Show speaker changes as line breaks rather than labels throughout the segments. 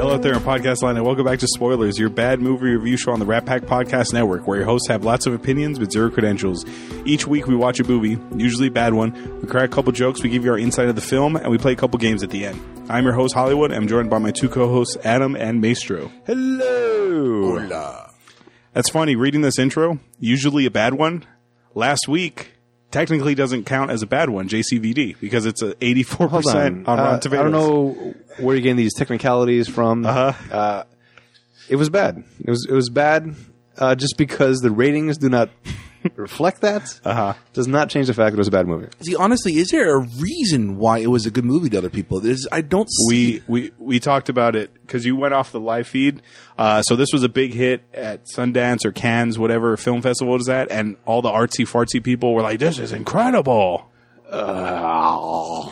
out there in podcast land, and welcome back to Spoilers, your bad movie review show on the Rat Pack Podcast Network, where your hosts have lots of opinions but zero credentials. Each week, we watch a movie, usually a bad one. We crack a couple jokes, we give you our insight of the film, and we play a couple games at the end. I'm your host, Hollywood. I'm joined by my two co-hosts, Adam and Maestro.
Hello.
That's funny. Reading this intro, usually a bad one. Last week technically doesn't count as a bad one, JCVD, because it's a 84
Hold on.
percent on
Uh,
Rotten Tomatoes.
I don't know where you're getting these technicalities from.
Uh-huh.
Uh, it was bad. It was it was bad. Uh, just because the ratings do not reflect that
Uh-huh.
does not change the fact that it was a bad movie.
See, honestly, is there a reason why it was a good movie to other people? There's, I don't see.
we we we talked about it because you went off the live feed. Uh, so this was a big hit at Sundance or Cannes, whatever film festival it is at, and all the artsy fartsy people were like, "This is incredible."
Uh,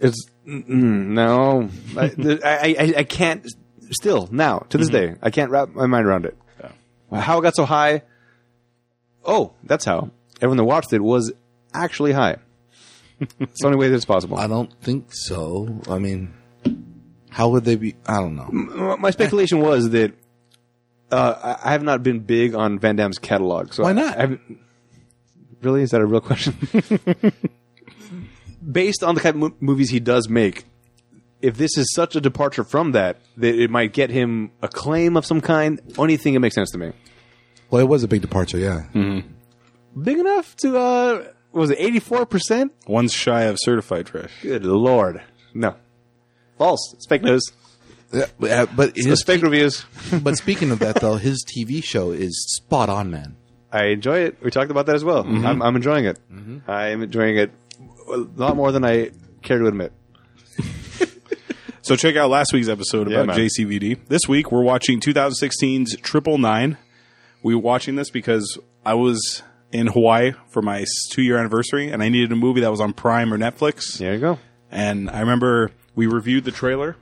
It's mm, mm, no, I, there- I, I I can't still now to this day I can't wrap my mind around it. How it got so high? Oh, that's how everyone that watched it was actually high. it's the only way that it's possible.
I don't think so. I mean, how would they be? I don't know.
My my speculation was that uh, I I have not been big on Van Damme's catalog. So
Why not?
I, I've- really, is that a real question? Based on the kind of mo- movies he does make, if this is such a departure from that, that it might get him a claim of some kind. Only thing that makes sense to me,
Well, it was a big departure, yeah.
big enough to uh, what was it eighty four percent?
One's shy of certified trash.
Good lord, no, false. It's fake news.
Yeah, But, uh, but,
It's
his,
fake reviews.
but speaking of that, though, his TV show is spot on, man.
I enjoy it. We talked about that as well. I'm, I'm enjoying it. I am enjoying it a lot more than I care to admit.
So check out last week's episode
Yeah,
about
man.
JCVD. This week we're watching 2016's Triple Nine. We were watching this because I was in Hawaii for my two year anniversary, and I needed a movie that was on Prime or Netflix.
There you go.
And I remember we reviewed the trailer,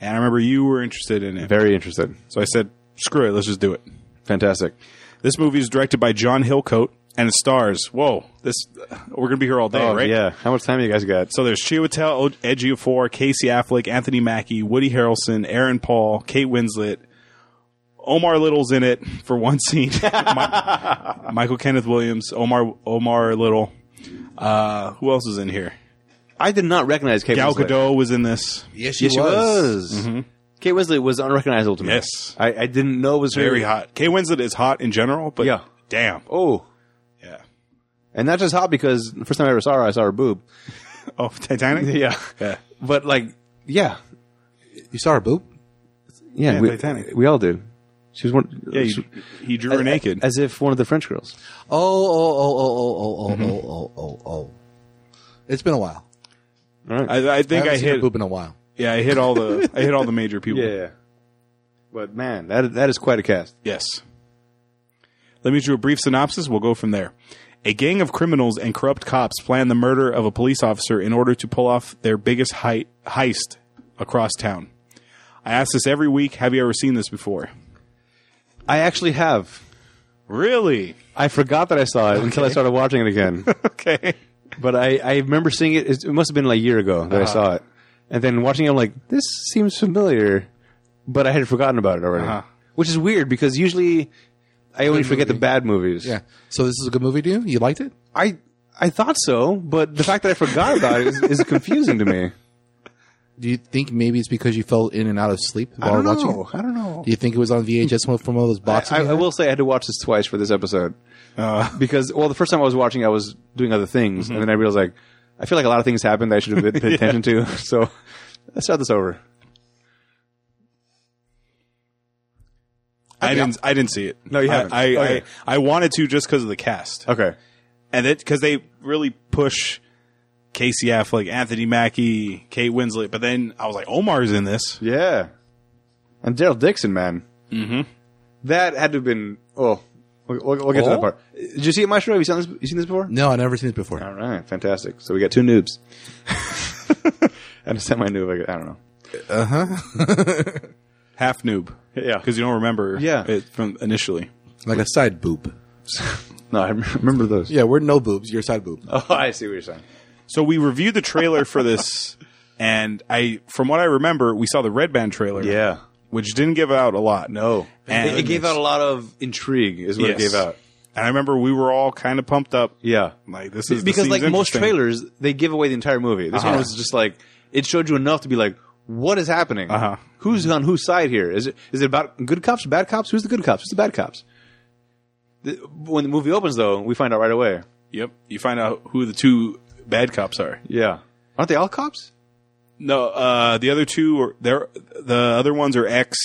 and I remember you were interested in it.
Very interested.
So I said, screw it, let's just do it.
Fantastic.
This movie is directed by John Hillcoat and it stars, whoa, this we're going to be here all day,
Oh,
right?
yeah. How much time you guys got?
So there's Chiwetel Ejiofor, Casey Affleck, Anthony Mackie, Woody Harrelson, Aaron Paul, Kate Winslet, Omar Little's in it for one scene. Mi- Michael Kenneth Williams, Omar Omar Little. Uh, who else is in here?
I did not recognize Kate
Gal
Winslet.
Gadot was in this.
Yes, Mm-hmm.
Yes, she was. Kate Winslet was unrecognizable to me.
Yes.
I, I didn't know it was her.
Very hot. Kate Winslet is hot in general, but
Yeah.
damn.
Oh.
Yeah.
And not just hot because the first time I ever saw her, I saw her boob.
Oh, Titanic?
Yeah.
Yeah.
But, like, yeah.
You saw her boob?
Yeah,
Yeah,
we,
Titanic.
we all did. She was one.
Yeah,
she-
he, he drew her naked.
As if one of the French girls.
Oh, oh, oh, oh, oh, oh, oh, oh, oh, oh. It's been a while.
All right.
I, I think
haven't
I,
seen her
hit.
boob in a while.
Yeah, I hit all the. I hit all the major people.
Yeah. But man, that that is quite a cast.
Yes. Let me do a brief synopsis. We'll go from there. A gang of criminals and corrupt cops plan the murder of a police officer in order to pull off their biggest hei- heist across town. I ask this every week. Have you ever seen this before?
I actually have.
Really?
I forgot that I saw it until I started watching it again.
Okay.
but I, I remember seeing it. It must have been like a year ago that I saw it, and then watching it, I'm like, this seems familiar, but I had forgotten about it already,
Uh-huh.
which is weird because usually I only forget the bad movies.
Yeah. So this is a good movie to you? You liked it?
I I thought so, but the fact that I forgot about it is, is confusing to me.
Do you think maybe it's because you fell in and out of sleep while watching it?
I don't know.
Do you think it was on VHS one from one of those boxes?
I,
you
I
had?
will say I had to watch this twice for this episode because well, the first time I was watching, I was doing other things, and then I realized like I feel like a lot of things happened that I should have paid attention to. So let's start this over.
I didn't. I didn't see it.
No, you haven't.
I I,
Okay.
I, I wanted to just because of the cast.
Okay,
and it because they really push Casey Affleck, Anthony Mackie, Kate Winslet. But then I was like, Omar's in this.
yeah, and Daryl Dixon, man, mm-hmm. that had to have been oh. We'll, we'll, we'll get to
Oh?
that part. Did you see it, Maestro? Have you seen this? You seen this before?
no, I've never seen it before.
All right, fantastic. So we got two noobs. I just semi noob. I I don't know.
Half noob.
Yeah.
because you don't remember.
Yeah.
it from initially.
Like a side boob.
No, I remember those.
Yeah, we're no boobs. You're a side boob.
Oh, I see what you're saying.
So we reviewed the trailer for this And I, from what I remember, we saw the Red Band trailer,
Yeah.
which didn't give out a lot.
No.
And-
it, it gave out a lot of intrigue, is what
Yes.
it gave out.
And I remember we were all kind of pumped up.
Yeah.
Like this is this
because,
seems
like most
interesting.
trailers, they give away the entire movie. This
Uh-huh.
one was just like, it showed you enough to be like, what is happening?
Uh-huh.
Who's on whose side here? Is it is it about good cops, bad cops? Who's the good cops? Who's the bad cops? The, when the movie opens, though, we find out right away.
Yep. You find out who the two bad cops are.
Yeah. Aren't they all cops?
No, uh, the other two are there. The other ones are ex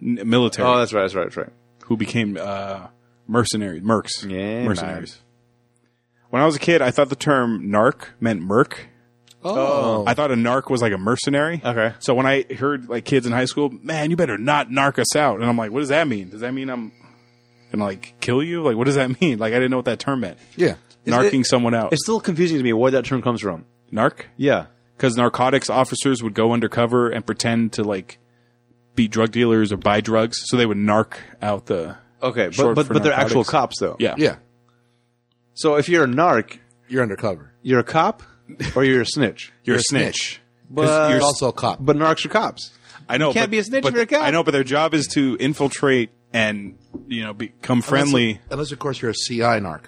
military
Oh, that's right. That's right. That's right.
who became uh, mercenaries, mercs,
Yeah,
mercenaries. When I was a kid, I thought the term narc meant merc.
Oh.
I thought a narc was like a mercenary.
Okay.
So when I heard like kids in high school, man, you better not narc us out, and I'm like, what does that mean? Does that mean I'm gonna like kill you? Like, what does that mean? Like, I didn't know what that term meant.
Yeah.
Narking someone out.
It's still confusing to me where that term comes from.
Narc.
Yeah.
because narcotics officers would go undercover and pretend to like be drug dealers or buy drugs, so they would narc out the
Okay. But,
Short
but,
for
but they're actual
narcotics.
cops, though.
yeah
Yeah.
So if you're a narc,
You're undercover.
you're a cop or you're a snitch.
You're,
You're
a
a
snitch.
But
But-
you're also a cop.
But narcs are cops.
I know.
can't
but-
be a snitch
but-
if you're a cop.
I know, but their job is to infiltrate and you know become friendly.
Unless, unless, of course, you're a CI narc.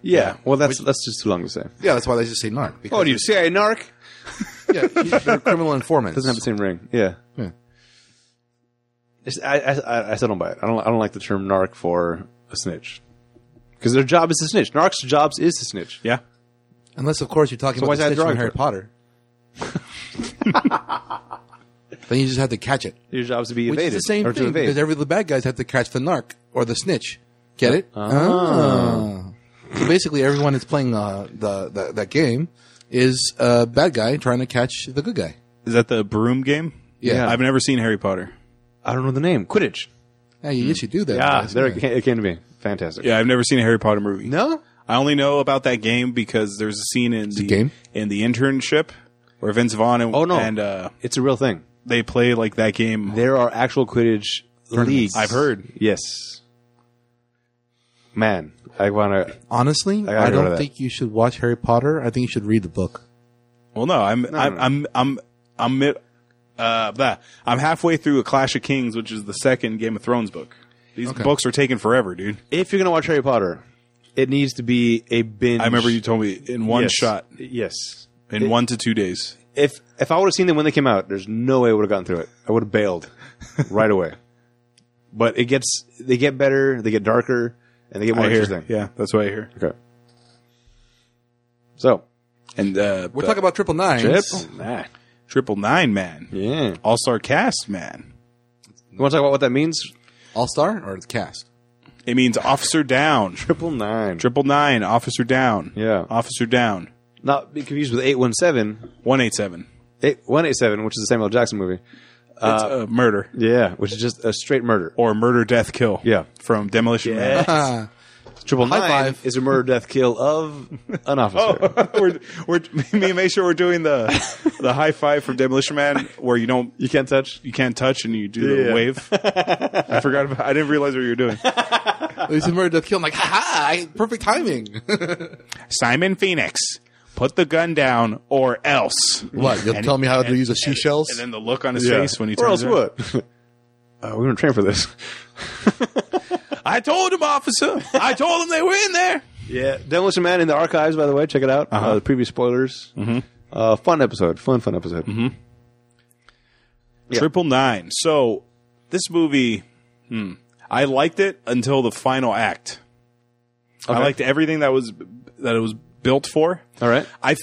Yeah. Well, that's that's just too long to say.
Yeah, that's why they just say narc. Because,
Oh, do you see a narc?
Oh, Yeah, you're a criminal informant.
Doesn't have the same ring. Yeah.
Yeah.
It's- I, I, I- I still don't buy it. I don't I don't like the term narc for a snitch because their job is to snitch. Narcs' jobs is to snitch.
Yeah,
Unless, of course, you're talking
why
about
is
the
that
snitch from
drug?
Harry Potter. then you just have to catch it.
Your job is to be
Which
evaded
is the same
or to
thing
evade.
because every the bad guys have to catch the narc or the snitch. Get it? Ah. So basically, everyone that's playing uh, the, the that game is a bad guy trying to catch the good guy.
is that the broom game?
Yeah.
I've never seen Harry Potter.
I don't know the name. Quidditch.
Yeah, you you should do that.
Ah,
guys.
there it came, it came to me. Fantastic.
Yeah, I've never seen a Harry Potter movie.
No.
I only know about that game because there's a scene in the
game?
in the internship where Vince Vaughn and
Oh, no.
and uh,
It's a real thing.
they play like that game.
There are actual Quidditch leagues.
I've heard.
Yes. Man, I want to.
Honestly,
gotta
I,
go to
don't
that.
think you should watch Harry Potter. I think you should read the book.
Well, no, I'm I'm, I'm I'm I'm mid- uh, blah. I'm halfway through a Clash of Kings, which is the second Game of Thrones book. These books are taking forever, dude.
If you're gonna watch Harry Potter, it needs to be a binge.
I remember you told me in one
Yes.
shot,
Yes.
in one to two days.
If if I would have seen them when they came out, there's no way I would have gotten through it. I would have bailed right away. But it gets they get better, they get darker, and they get more
I hear,
interesting.
yeah, that's what I hear.
Okay. So
And uh,
We're talking about triple nines.
on that.
Triple Nine Man,
Yeah.
All Star Cast Man.
You want to talk about what that means?
All star or the cast?
It means Officer Down.
Triple nine.
Triple Nine, Officer Down.
Yeah.
Officer Down.
Not be confused with eight one seven.
One eight seven.
Eight one eight seven, which is the Samuel Jackson movie.
It's uh, murder
Yeah, which is just a straight murder.
or murder, death, kill.
Yeah.
from Demolition Man.
Ah,
Triple
High
nine
five.
is a murder, death, kill of an officer.
we're, we're me and Maysha we're doing the the high five from Demolition Man where you don't
You can't touch.
you can't touch and you do the
Yeah.
wave. I forgot about I didn't realize what you were doing.
it's a murder death kill. I'm like, ha ha! I- Perfect timing.
Simon Phoenix, put the gun down or else.
what? You'll
And-
tell me how to
and-
use a
and-
seashells?
And then the look on his face when he
Or
turns
else
around.
what? uh, we were trained for this.
I told him, officer. I told him they were in there.
Yeah, Demolition Man in the archives. By the way, check it out. uh the previous spoilers. Mm-hmm. Uh, fun episode. Fun, fun episode. Mm-hmm.
Triple nine. So this movie, hmm, I liked it until the final act. I
Okay.
liked everything that was that it was built for.
All right.
I f-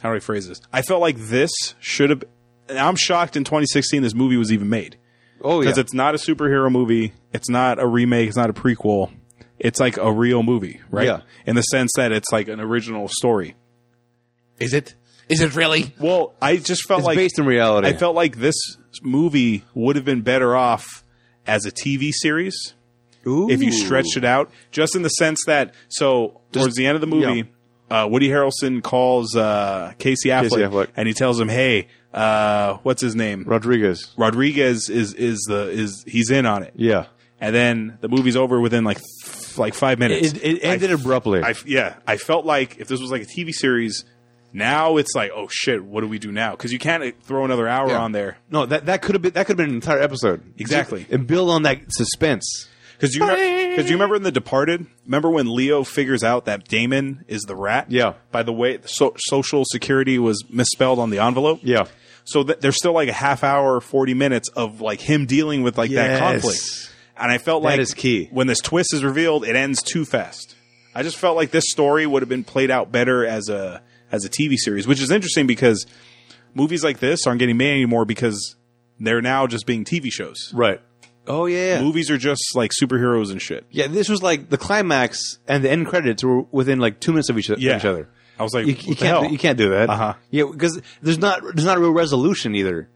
how do I phrase this? I felt like this should have. and I'm shocked in 2016 this movie was even made
Oh yeah.
because it's not a superhero movie. It's not a remake. It's not a prequel. It's like a real movie, right?
Yeah.
In the sense that it's like an original story.
Is it? Is it really?
Well, I just felt
It's
like
based in reality.
I felt like this movie would have been better off as a TV series if you stretched it out, just in the sense that so towards the end of the movie, uh, Woody Harrelson calls uh, Casey, Affleck,
Affleck.
and he tells him, "Hey, uh, what's his name?
Rodriguez.
Rodriguez is is the is he's in on it."
Yeah.
And then the movie's over within like f- like five minutes.
It, it ended abruptly.
I f- yeah, I felt like if this was like a TV series, Now it's like, oh shit, what do we do now? Because you can't uh, throw another hour
Yeah.
on there
No, that that could have been that could have been an entire episode.
Exactly.
and build on that suspense.
because you because you remember in The Departed, remember when Leo figures out that Damon is the rat?
Yeah.
By the way, so, Social Security was misspelled on the envelope.
Yeah.
So th- there's still like a half hour, forty minutes of like him dealing with like that
Yes.
conflict. And I felt
That
like
is key.
when this twist is revealed, it ends too fast. I just felt like this story would have been played out better as a as a TV series, which is interesting because movies like this aren't getting made anymore because they're now just being TV shows.
Right. Oh yeah.
Movies are just like superheroes and shit.
Yeah, this was like the climax and the end credits were within like two minutes of each, of
Yeah.
each other.
I was like,
You,
what
you
the hell?
can't you can't do that.
Uh-huh.
Yeah, because there's not there's not a real resolution either.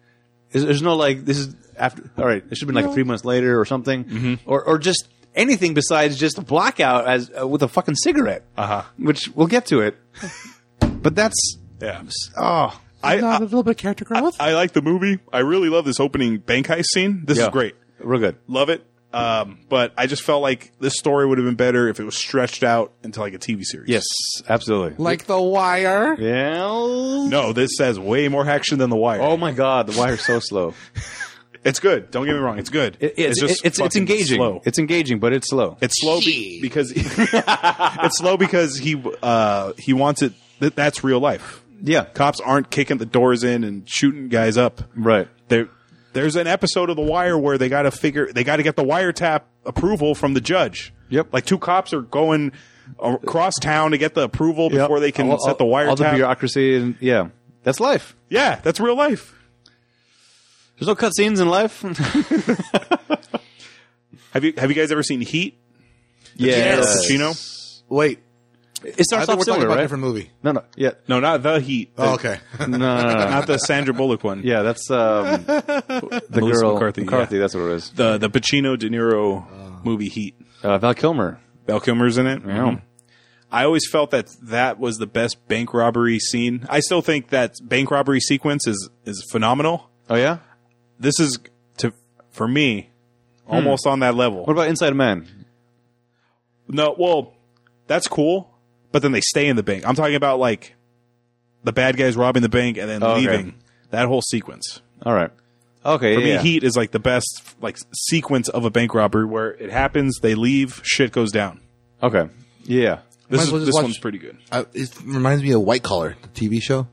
There's, there's no like this is after. All right, it should have been like three months later or something,
Mm-hmm.
or or just anything besides just a blackout as uh, with a fucking cigarette.
Uh-huh.
Which we'll get to it. but that's
Yeah.
oh
I,
Not
I
a little bit of character growth.
I like the movie. I really love this opening bank heist scene. This
yeah.
is great.
Real good.
love it. Um, but I just felt like this story would have been better if it was stretched out into like a TV series.
Yes, absolutely.
like The Wire.
yeah.
No, this has way more action than The Wire.
Oh my god, the wire's so slow.
It's good. Don't get me wrong. It's good.
It- it's it's it's,
fucking
engaging.
Slow.
It's engaging, but it's slow.
It's slow be- because it's slow because he uh, he wants it. That, that's real life.
yeah.
Cops aren't kicking the doors in and shooting guys up.
Right.
There, there's an episode of The Wire where they got to figure they got to get the wiretap approval from the judge.
Yep.
Like two cops are going across town to get the approval
Yep.
before they can
All-
set the
all- All the
wiretap.
bureaucracy and yeah, that's life.
yeah, that's real life.
There's no cutscenes in life.
Have you have you guys ever seen Heat?
Yes.
Pacino?
Wait,
It
I
starts
think
off
we're talking
similar,
about a
right?
different movie.
No, no, yeah,
No, not the Heat. The-
Oh, okay.
no, no, no, no.
Not the Sandra Bullock one.
yeah. That's um, the
Melissa
girl
McCarthy,
McCarthy. Oh.
yeah.
That's what it is.
The the Pacino De Niro movie Heat.
Uh, Val Kilmer.
Val Kilmer's in it. Mhm. I always felt that that was the best bank robbery scene. I still think that bank robbery sequence is is phenomenal.
Oh yeah.
This is to for me
Hmm.
almost on that level.
What about Inside Man?
No, well, that's cool, but then they stay in the bank. I'm talking about like the bad guys robbing the bank and then
Oh, okay.
leaving. That whole sequence.
All right. Okay.
For
yeah.
me, Heat is like the best like sequence of a bank robbery where it happens, they leave, shit goes down.
okay. Yeah.
This is,
Might as well just
this
watch-
one's pretty good.
I, Uh, it reminds me of White Collar, the TV show.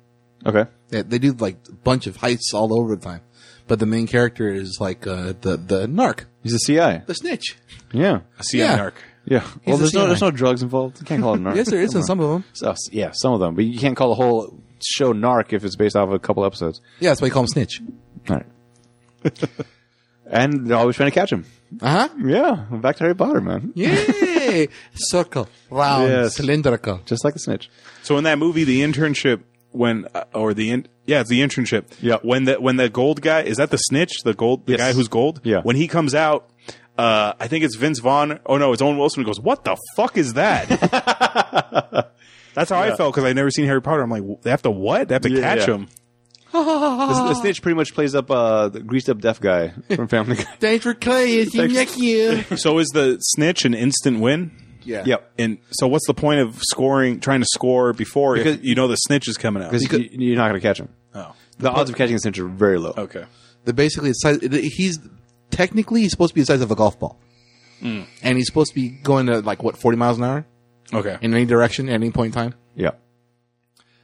Okay.
They, they do like a bunch of heists all over the time, but the main character is like uh, the the narc,
He's a CI.
the snitch.
Yeah.
I see
Yeah.
a narc.
Yeah.
a
well, there's no
CI.
there's no drugs involved. You can't call it narc.
Yes, there is
Come
in
on.
some of them.
So, yeah, some of them, but you can't call the whole show narc if it's based off of a couple episodes.
Yeah, that's why you call him snitch.
All right. and they're always trying to catch him.
Uh huh.
Yeah, back to Harry Potter, man.
Yay! Circle, round,
Yes.
cylindrical.
Just like the snitch.
So in that movie, the internship when uh, or the in, yeah, it's the internship.
Yeah.
When the when the gold guy is that the snitch, the gold, the
Yes.
guy who's gold.
Yeah.
When he comes out, uh, I think it's Vince Vaughn. Oh no, it's Owen Wilson. Who goes, what the fuck is that? That's how I felt because I'd never seen Harry Potter. I'm like, they have to what? They have to
Yeah,
catch
yeah.
him.
The, the snitch pretty much plays up uh, the greased up deaf guy from Family Guy.
Danger Clay is in your queue.
So is the snitch an instant win?
Yeah.
yep.
And so, what's the point of scoring, trying to score before
Because-
if you know the snitch is coming out?
Because you, you're not going to catch him.
Oh,
The odds of catching a snitch are very low.
okay.
That basically, it's size, it- he's technically he's supposed to be the size of a golf ball,
Hmm.
and he's supposed to be going to like what forty miles an hour
Okay.
in any direction at any point in time.
Yeah.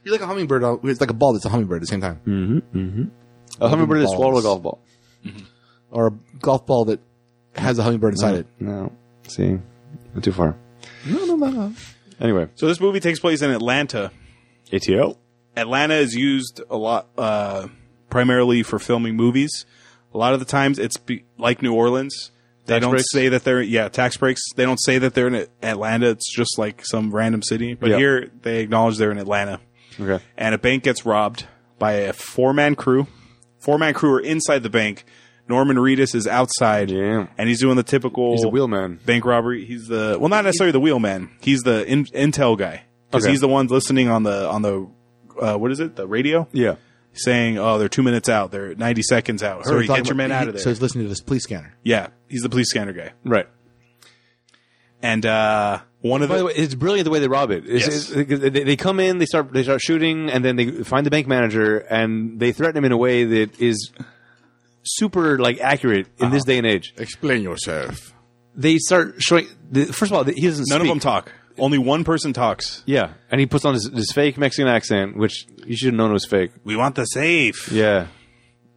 You're like a hummingbird. uh, It's like a ball that's a hummingbird at the same time,
A hummingbird that
balls.
swallowed a golf ball.
or a golf ball that has a hummingbird inside it.
No. See? Not too far.
No, no, no, no.
Anyway.
so this movie takes place in Atlanta.
ATL?
Atlanta is used a lot, uh, primarily for filming movies. A lot of the times, it's be, like New Orleans. They
Tax
don't
breaks?
say that they're yeah tax breaks. They don't say that they're in Atlanta. It's just like some random city. But
Yeah.
here, they acknowledge they're in Atlanta.
Oh.
Okay.
and a bank gets robbed by a four man crew. Four man crew are inside the bank. Norman Reedus is outside,
Yeah.
and he's doing the typical
He's a wheelman.
bank robbery. He's the well, not necessarily the wheelman. He's the in, intel guy because
Okay.
he's the one listening on the on the uh, what is it the radio
Yeah.
saying oh they're two minutes out they're ninety seconds out hurry
we're talking
get your men out
about-
of
he-
there
So he's listening to this police scanner.
yeah he's the police scanner guy
Right.
And uh, one of
By the
the
way, it's brilliant the way they rob it. It's-
Yes.
it's- because they, they come in, they start they start shooting, and then they find the bank manager and they threaten him in a way that is super like accurate in this
Uh-huh.
day and age.
Explain yourself.
They start showing. The, first of all, he doesn't.
none
speak.
of them talk. Only one person talks.
Yeah, and he puts on his, his fake Mexican accent, which you should have known was fake.
We want the safe.
Yeah,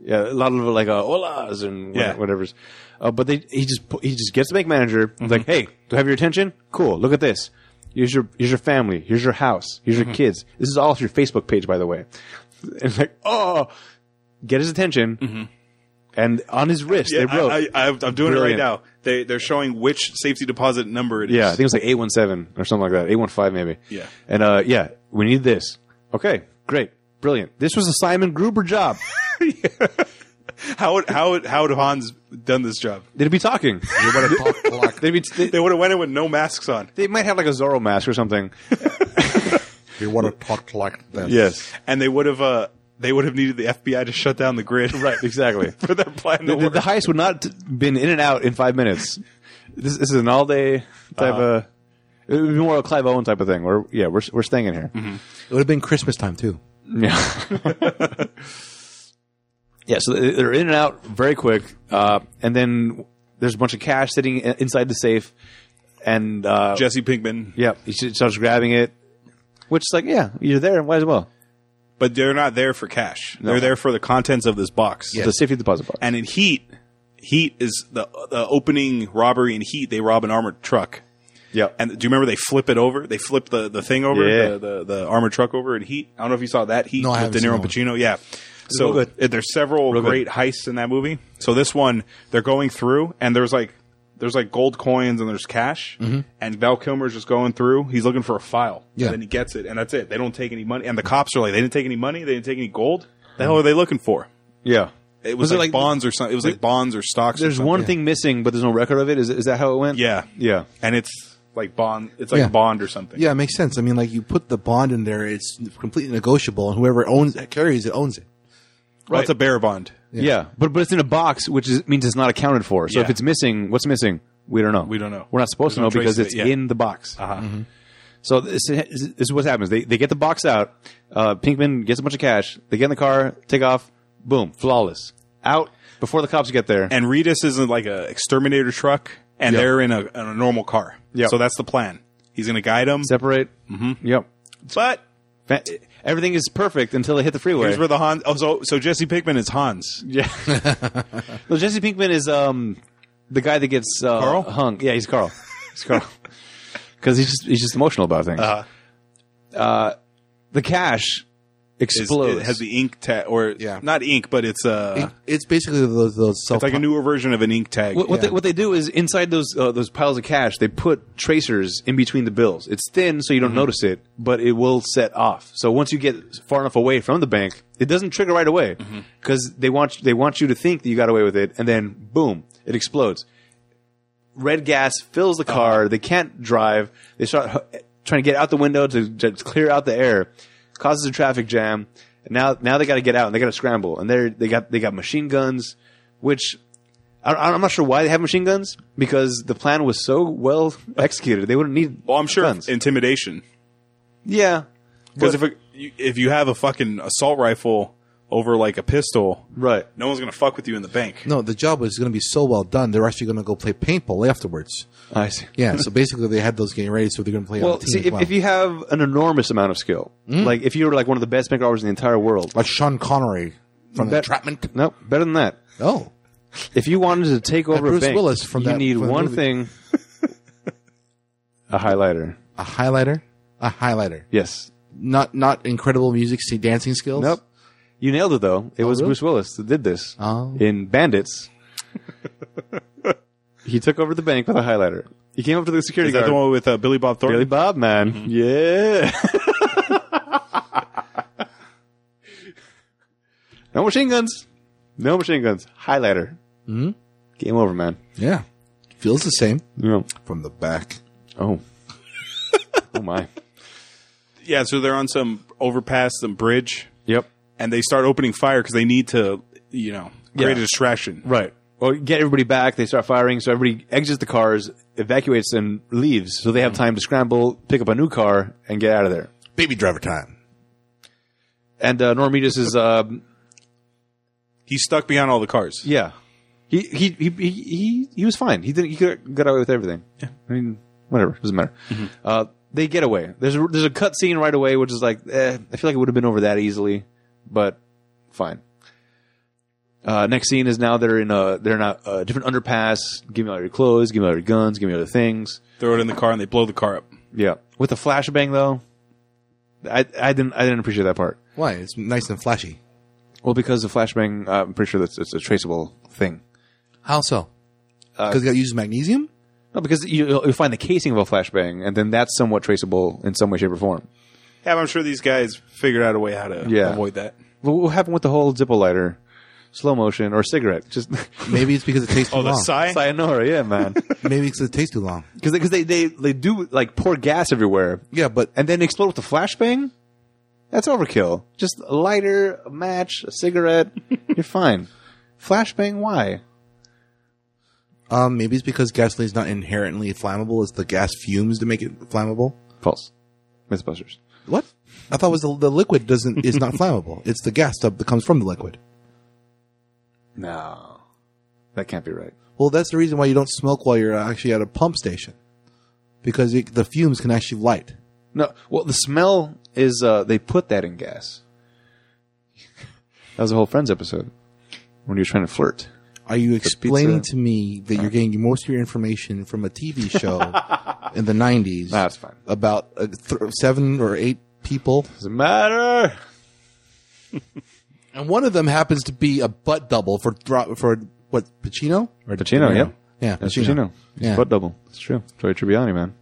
yeah, a lot of like uh, olas and what-
Yeah.
whatever's. Uh, but they he just pu- he just gets the bank manager
Mm-hmm.
like, hey, do I have your attention? Cool. Look at this. Here's your here's your family. Here's your house. Here's
Mm-hmm.
your kids. This is all off your Facebook page, by the way. And it's like, oh, get his attention. And on his wrist,
Mm-hmm. Yeah,
they wrote.
I, I, I'm doing it right
Brilliant.
now. They they're showing which safety deposit number it is.
Yeah, I think it was like eight one seven or something like that. Eight one five maybe.
Yeah.
And uh, yeah, we need this. Okay, great, brilliant. This was a Simon Gruber job.
How would how would, how would Hans done this job?
They'd be talking.
You better talk block.
They'd be. They,
They would have went in with no masks on.
they might have like a Zorro mask or something.
You want to talk like that.
and they would have uh they would have needed the FBI to shut down the grid.
Right. Exactly.
for their plan
the,
to
the,
work.
the heist would not been in and out in five minutes. This, this is an all day type of. It would be more of a Clive Owen type of thing. Where yeah, we're we're staying in here.
It would have been Christmas time too.
Yeah. yeah, so they- they're in and out very quick. Uh, and then there's a bunch of cash sitting i- inside the safe. And uh,
Jesse Pinkman.
yeah, he s- starts grabbing it, which is like, yeah, you're there. Why as well?
But they're not there for cash. They're there for the contents of this box.
The safety deposit box.
And in Heat, Heat is the the opening robbery in Heat. They rob an armored truck.
yeah.
And do you remember they flip it over? They flip the, the thing over,
Yeah.
the, the the armored truck over in Heat. I don't know if you saw that Heat
No, I
with
haven't
De
seen
Niro and
that
Pacino. Yeah. So
real
it- there's several
good.
great heists in that movie. So this one, they're going through, and there's like there's like gold coins and there's cash, and Val Kilmer's just going through. He's looking for a file,
Yeah.
and then he gets it, and that's it. They don't take any money, and the cops are like, they didn't take any money, they didn't take any gold. The hell are they looking for?
yeah.
It was,
it
like, bonds or something. It was like bonds or stocks. or
There's
something.
one thing missing, but there's no record of it. Is, is that how it went?
yeah,
Yeah.
and it's like bond. It's like
Yeah.
bond or something.
Yeah, it makes sense. I mean, like you put the bond in there, it's completely negotiable, and whoever owns carries it owns it.
Well, it's a bear bond.
Yeah. But but it's in a box, which is, means it's not accounted for. So
Yeah.
if it's missing, what's missing? We don't know.
We don't know.
We're not supposed to
There's
know
no trace
because
of
it's
it yet. Uh-huh. Mm-hmm.
in the box. Mm-hmm. So this, this is what happens. They they get the box out. Uh, Pinkman gets a bunch of cash. They get in the car, take off. Boom, flawless. Out before the cops get there.
and Redis is in like a exterminator truck, and
Yep.
they're in a, in a normal car.
Yep.
So that's the plan. He's going to guide them.
separate. Mm-hmm. Yep.
But
Fa- Everything is perfect until they hit the freeway.
here's where the Hans. Oh, so so Jesse Pinkman is Hans.
Yeah. well, Jesse Pinkman is um the guy that gets uh,
Carl?
hung. Yeah, he's Carl. He's Carl. Because he's just he's just emotional about things. uh the cash
Uh-huh. Is,
explodes.
it has the ink tag, or
Yeah.
not ink, but it's uh,
It- it's basically those those self.
it's like a newer version of an ink tag.
what, what,
yeah.
they, what they do is inside those uh, those piles of cash, they put tracers in between the bills. It's thin, so you don't notice it, but it will set off. So once you get far enough away from the bank, it doesn't trigger right away because they want they want you to think that you got away with it, and then boom, it explodes. Red gas fills the car. They can't drive. They start h- trying to get out the window to, to clear out the air, causes a traffic jam. And now, now they got to get out and they got to scramble. And they they got they got machine guns, which I, I- I'm not sure why they have machine guns because the plan was so well executed. They wouldn't need.
well, I'm sure
guns.
intimidation.
yeah,
Because if a, you, if you have a fucking assault rifle over like a pistol,
right.
no one's going to fuck with you in the bank.
no, the job was going to be so well done. They're actually going to go play paintball afterwards.
I see.
Yeah, so basically they had those getting ready, so they're going to play. on
Well,
a team
see,
as
if,
well. Hmm?
if you have an enormous amount of skill, like if you're like one of the best bank robbers in the entire world,
like Sean Connery from
bet-
Entrapment.
no, better than that.
Oh,
If you wanted to take over
Bruce
a bank,
Willis from
you
that-
need
from the
one
movie.
thing: a highlighter.
a highlighter, a highlighter.
Yes.
Not not incredible music, see dancing skills.
Nope. You nailed it though. It was
Oh, really?
Bruce Willis that did this
Oh.
in Bandits. he took over the bank with a highlighter. He came up to the security
Is that
guard.
the one with uh, Billy Bob Thornton?
Billy Bob, Mm-hmm. man. Yeah. no machine guns. No machine guns. Highlighter. Mm-hmm. Game over, man.
Yeah, feels the same
Yeah.
from the back.
Oh. oh my.
Yeah. So they're on some overpass, some bridge.
Yep.
and they start opening fire because they need to, you know, create
Yeah.
a distraction.
Right. or get everybody back. They start firing, so everybody exits the cars, evacuates, and leaves. So they have time to scramble, pick up a new car, and get out of there.
Baby driver time.
And uh, Normitas is, uh,
He's stuck behind all the cars.
yeah, he he, he he he he was fine. He didn't he could got away with everything. Yeah, I mean whatever doesn't matter. Uh, they get away. There's a, there's a cut scene right away, which is like eh, I feel like it would have been over that easily, but fine. Uh, next scene is now they're in a they're in a, a different underpass. Give me all your clothes. Give me all your guns. Give me all your things.
Throw it in the car and they blow the car up.
Yeah, with a flashbang though, I I didn't I didn't appreciate that part.
Why? It's nice and flashy.
Well, because the flashbang, uh, I'm pretty sure that's it's a traceable thing.
How so? Because you got to use magnesium.
No, because you, you'll find the casing of a flashbang, and then that's somewhat traceable in some way, shape, or form.
Yeah, I'm sure these guys figured out a way how to
Yeah.
avoid that.
Wh- What happened with the whole Zippo lighter, slow motion, or cigarette? Just
Maybe it's because it tastes too
Oh, the
long.
sigh?
sayonara, yeah, man.
Maybe it's because it tastes too long.
Because because they, they they do like pour gas everywhere,
Yeah, but
and then explode with the flashbang. That's overkill. Just a lighter, a match, a cigarette. you're fine. Flashbang, why?
um, maybe it's because gasoline is not inherently flammable. It's the gas fumes to make it flammable.
False. MythBusters.
What? I thought it was the, the liquid doesn't is not flammable. It's the gas stuff that comes from the liquid.
No, that can't be right.
Well, that's the reason why you don't smoke while you're uh, actually at a pump station, because it, the fumes can actually light.
No, well, the smell is uh, they put that in gas. that was a whole Friends episode when you were trying to flirt.
Are you explaining
pizza-
to me that you're getting most of your information from a TV show in the '90s
That's fine.
about uh, th- seven or eight people,
Doesn't matter.
and one of them happens to be a butt double for Dro- for what Pacino?
Or Pacino, yep.
Yeah,
That's Pacino.
Yeah.
Butt double. It's true. Joey Tribbiani, man.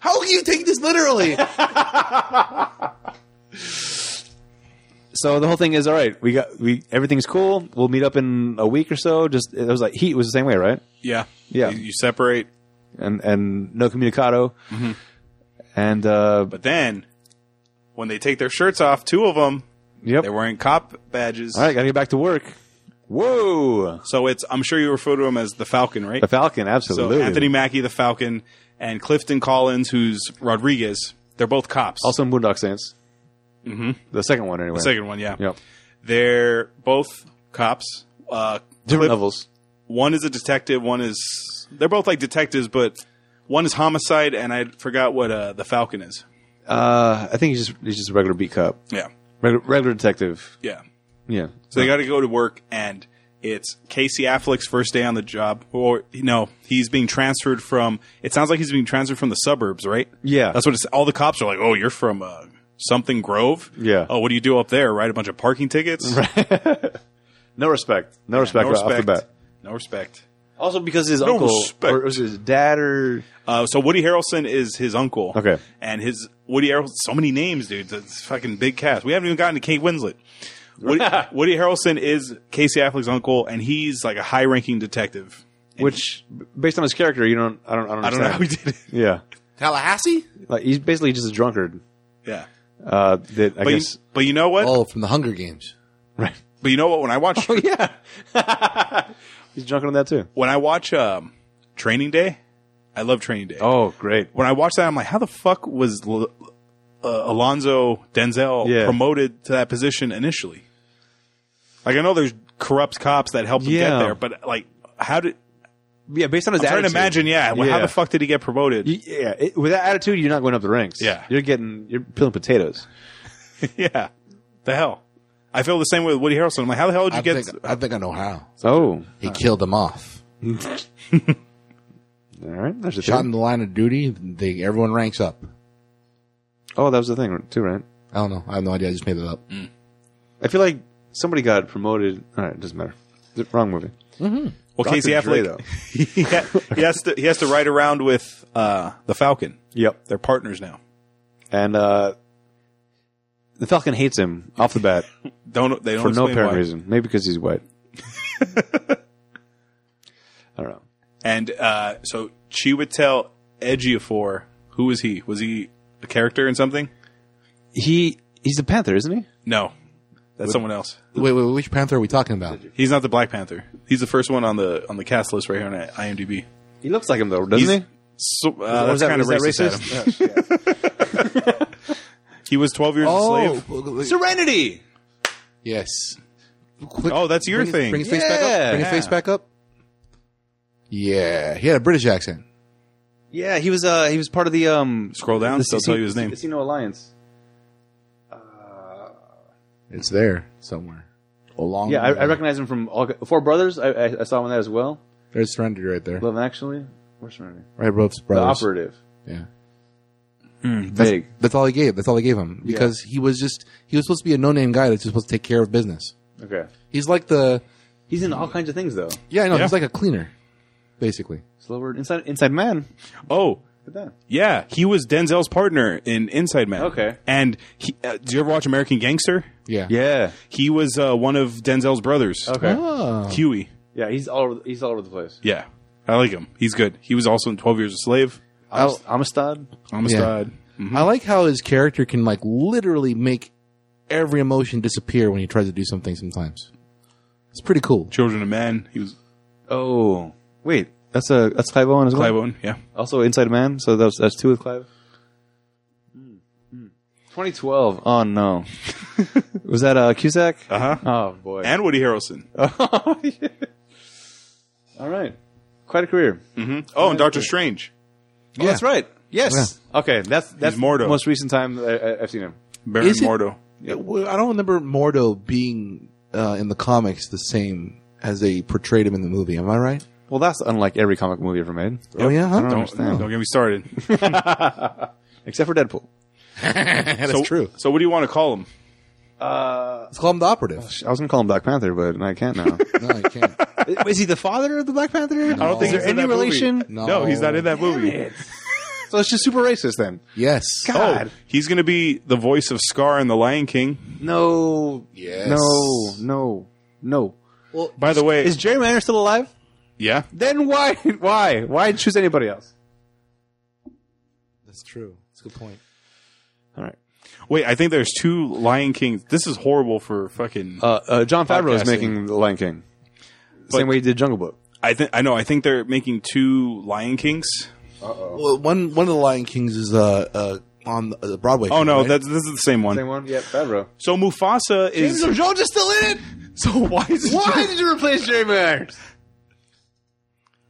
How can you take this literally?
So the whole thing is all right. We got we everything's cool. We'll meet up in a week or so. Just it was like heat was the same way, right?
Yeah.
Yeah.
You, you separate,
And and no communicado. And uh,
but then when they take their shirts off, two of them,
yep.
they're wearing cop badges.
all right, gotta get back to work. Whoa,
So it's, I'm sure you refer to him as the Falcon, right?
the Falcon,
so
absolutely.
Anthony Mackie, the Falcon, and Clifton Collins, who's Rodriguez, they're both cops.
Also in Boondock Saints. Mm-hmm. The second one, anyway.
the second one, yeah.
Yep.
They're both cops. Uh,
Different
Clif-
levels.
One is a detective. One is they're both like detectives, but one is homicide, and I forgot what uh, the Falcon is.
Uh, I think he's just he's just a regular beat cop,
Yeah,
regular, regular detective.
yeah.
Yeah.
So they got to go to work, and it's Casey Affleck's first day on the job. Or no, he's being transferred from. It sounds like he's being transferred from the suburbs, right?
Yeah.
that's what it's. All the cops are like, "Oh, you're from uh, something Grove."
Yeah.
Oh, what do you do up there? Write a bunch of parking tickets. Right.
no respect. No respect
No
right off the
respect.
bat.
No respect.
Also because his
No
uncle
respect.
or it was his dad or
Uh, so Woody Harrelson is his uncle.
Okay.
And his Woody Harrelson, so many names, dude. It's a fucking big cast. We haven't even gotten to Kate Winslet. Woody, Woody Harrelson is Casey Affleck's uncle, and he's like a high-ranking detective. And
which based on his character, you don't I don't I don't,
I don't know
understand.
how he did it.
Yeah.
Tallahassee?
Like he's basically just a drunkard.
Yeah.
Uh that I
But you,
guess
but you know what?
Oh, from the Hunger Games.
right.
But you know what? When I watch
Oh, yeah. he's drunker on that too.
when I watch um, Training Day, I love Training Day.
Oh, great.
When I watch that, I'm like, how the fuck was L- uh, Alonzo Denzel
Yeah.
promoted to that position initially? Like, I know there's corrupt cops that helped him
Yeah.
get there, but like, how did?
Yeah, based on his
I'm trying to
attitude.
imagine. Yeah, well, how
Yeah.
the fuck did he get promoted?
Y- Yeah, it, with that attitude, you're not going up the ranks.
Yeah.
you're getting you're peeling potatoes.
yeah, the hell. I feel the same way with Woody Harrelson. I'm like, how the hell did you
I
get?
think, I think I know how.
Oh,
He killed them off.
all right. There's a
Shot
thing.
in the line of duty. They everyone ranks up.
Oh, that was the thing too, right?
I don't know. I have no idea. I just made it up.
I feel like somebody got promoted. All right, doesn't matter. The wrong movie.
well, Casey
Dr. Dre,
Affleck. he, ha- he has to. He has to ride around with uh, the Falcon.
Yep.
They're partners now.
And uh, the Falcon hates him off the bat
Don't they don't
for no
explain
apparent
why.
reason. Maybe because he's white. I don't know.
And uh, so she would tell Edgeophore, who was he? Was he a character in something?
He he's the Panther, isn't he?
No. That's someone else.
Wait, wait, which Panther are we talking about?
He's not the Black Panther. He's the first one on the on the cast list right here on IMDb.
He looks like him though, doesn't
He's-
he?
So, uh, that's
Was that-
kind of
was
racist.
that
Adam. he was 12 years
Oh.
a slave.
Serenity.
Oh, yes. Quick,
Oh, that's your
bring his-
thing.
Bring his face back
Yeah.
up. Bring his face
Yeah.
back up. Yeah, he had a British accent.
Yeah, he was. Uh, he was part of the um.
Scroll down,
the
so I'll
Casino-
tell you his name.
Casino Alliance.
It's there somewhere. Along.
Oh, Yeah, I,
the-
I recognize him from all, Four Brothers. I, I, I saw him in that as well.
There's Serenity right there.
Love Actually. Where's Serenity?
Right, Robes
The
Brothers.
operative.
Yeah. That's,
Big.
that's all he gave. That's all they gave him because he was just he was supposed to be a no name guy that's just supposed to take care of business.
Okay.
He's like the
He's in all kinds of things though.
yeah, I know.
Yeah.
He's like a cleaner, basically.
Slow word. Inside Inside Man.
Oh,
Look at that.
yeah. He was Denzel's partner in Inside Man.
Okay.
And he, uh, do you ever watch American Gangster?
Yeah.
Yeah.
He was uh, one of Denzel's brothers.
Okay.
Oh.
Huey.
Yeah, he's all over, he's all over the place.
Yeah. I like him. He's good. He was also in 12 Years a Slave.
Amist- Amistad.
Amistad.
I like how his character can like literally make every emotion disappear when he tries to do something. Sometimes it's pretty cool.
Children of Men. He was
Oh wait, that's a that's Clive Owen as well.
Clive Owen. Yeah.
Also Inside Man. So that's that's two with Clive. Hmm, 2012. Oh no, was that uh, Cusack?
Uh huh.
Oh boy.
And Woody Harrelson.
All right, quite a career.
Oh, and Doctor Strange.
Oh, that's right. Yes. Okay, that's that's
Mordo.
the most recent time I, I, I've seen him.
Baron
Is it-
Mordo.
Yeah, well, I don't remember Mordo being uh, in the comics the same as they portrayed him in the movie. Am I right?
Well, that's unlike every comic movie ever made,
Oh yeah, huh?
Don't,
understand.
don't get me started.
except for Deadpool.
that's
so,
true.
So what do you want to call him?
Let's call him the
Oh,
operative.
I was gonna call him Black Panther, but I can't now.
No, I can't.
Is he the father of the Black Panther?
I don't think
Is
he's
there
in
any
that movie.
relation?
Oh,
No. he's not in that movie.
So it's just super racist then.
Yes.
Oh, he's going to be the voice of Scar in The Lion King.
No.
Yes.
No. No. No.
Well,
By the way,
Is Jerry Manner still alive?
yeah,
Then why? Why? Why choose anybody else?
that's true. That's a good point.
All right.
Wait, I think there's two Lion Kings. This is horrible for fucking.
Uh, uh, John Favreau
Podcasting.
is making The Lion King. Same way he did Jungle Book.
I think I know. I think they're making two Lion Kings.
Oh. Well, one one of the Lion Kings is uh, uh on the uh, Broadway.
Oh
thing,
no,
right?
that's this is the same one.
Same one? Yeah, Favreau.
So Mufasa is.
Jones is still in it?
So why is
Why did you replace Jerry Manner?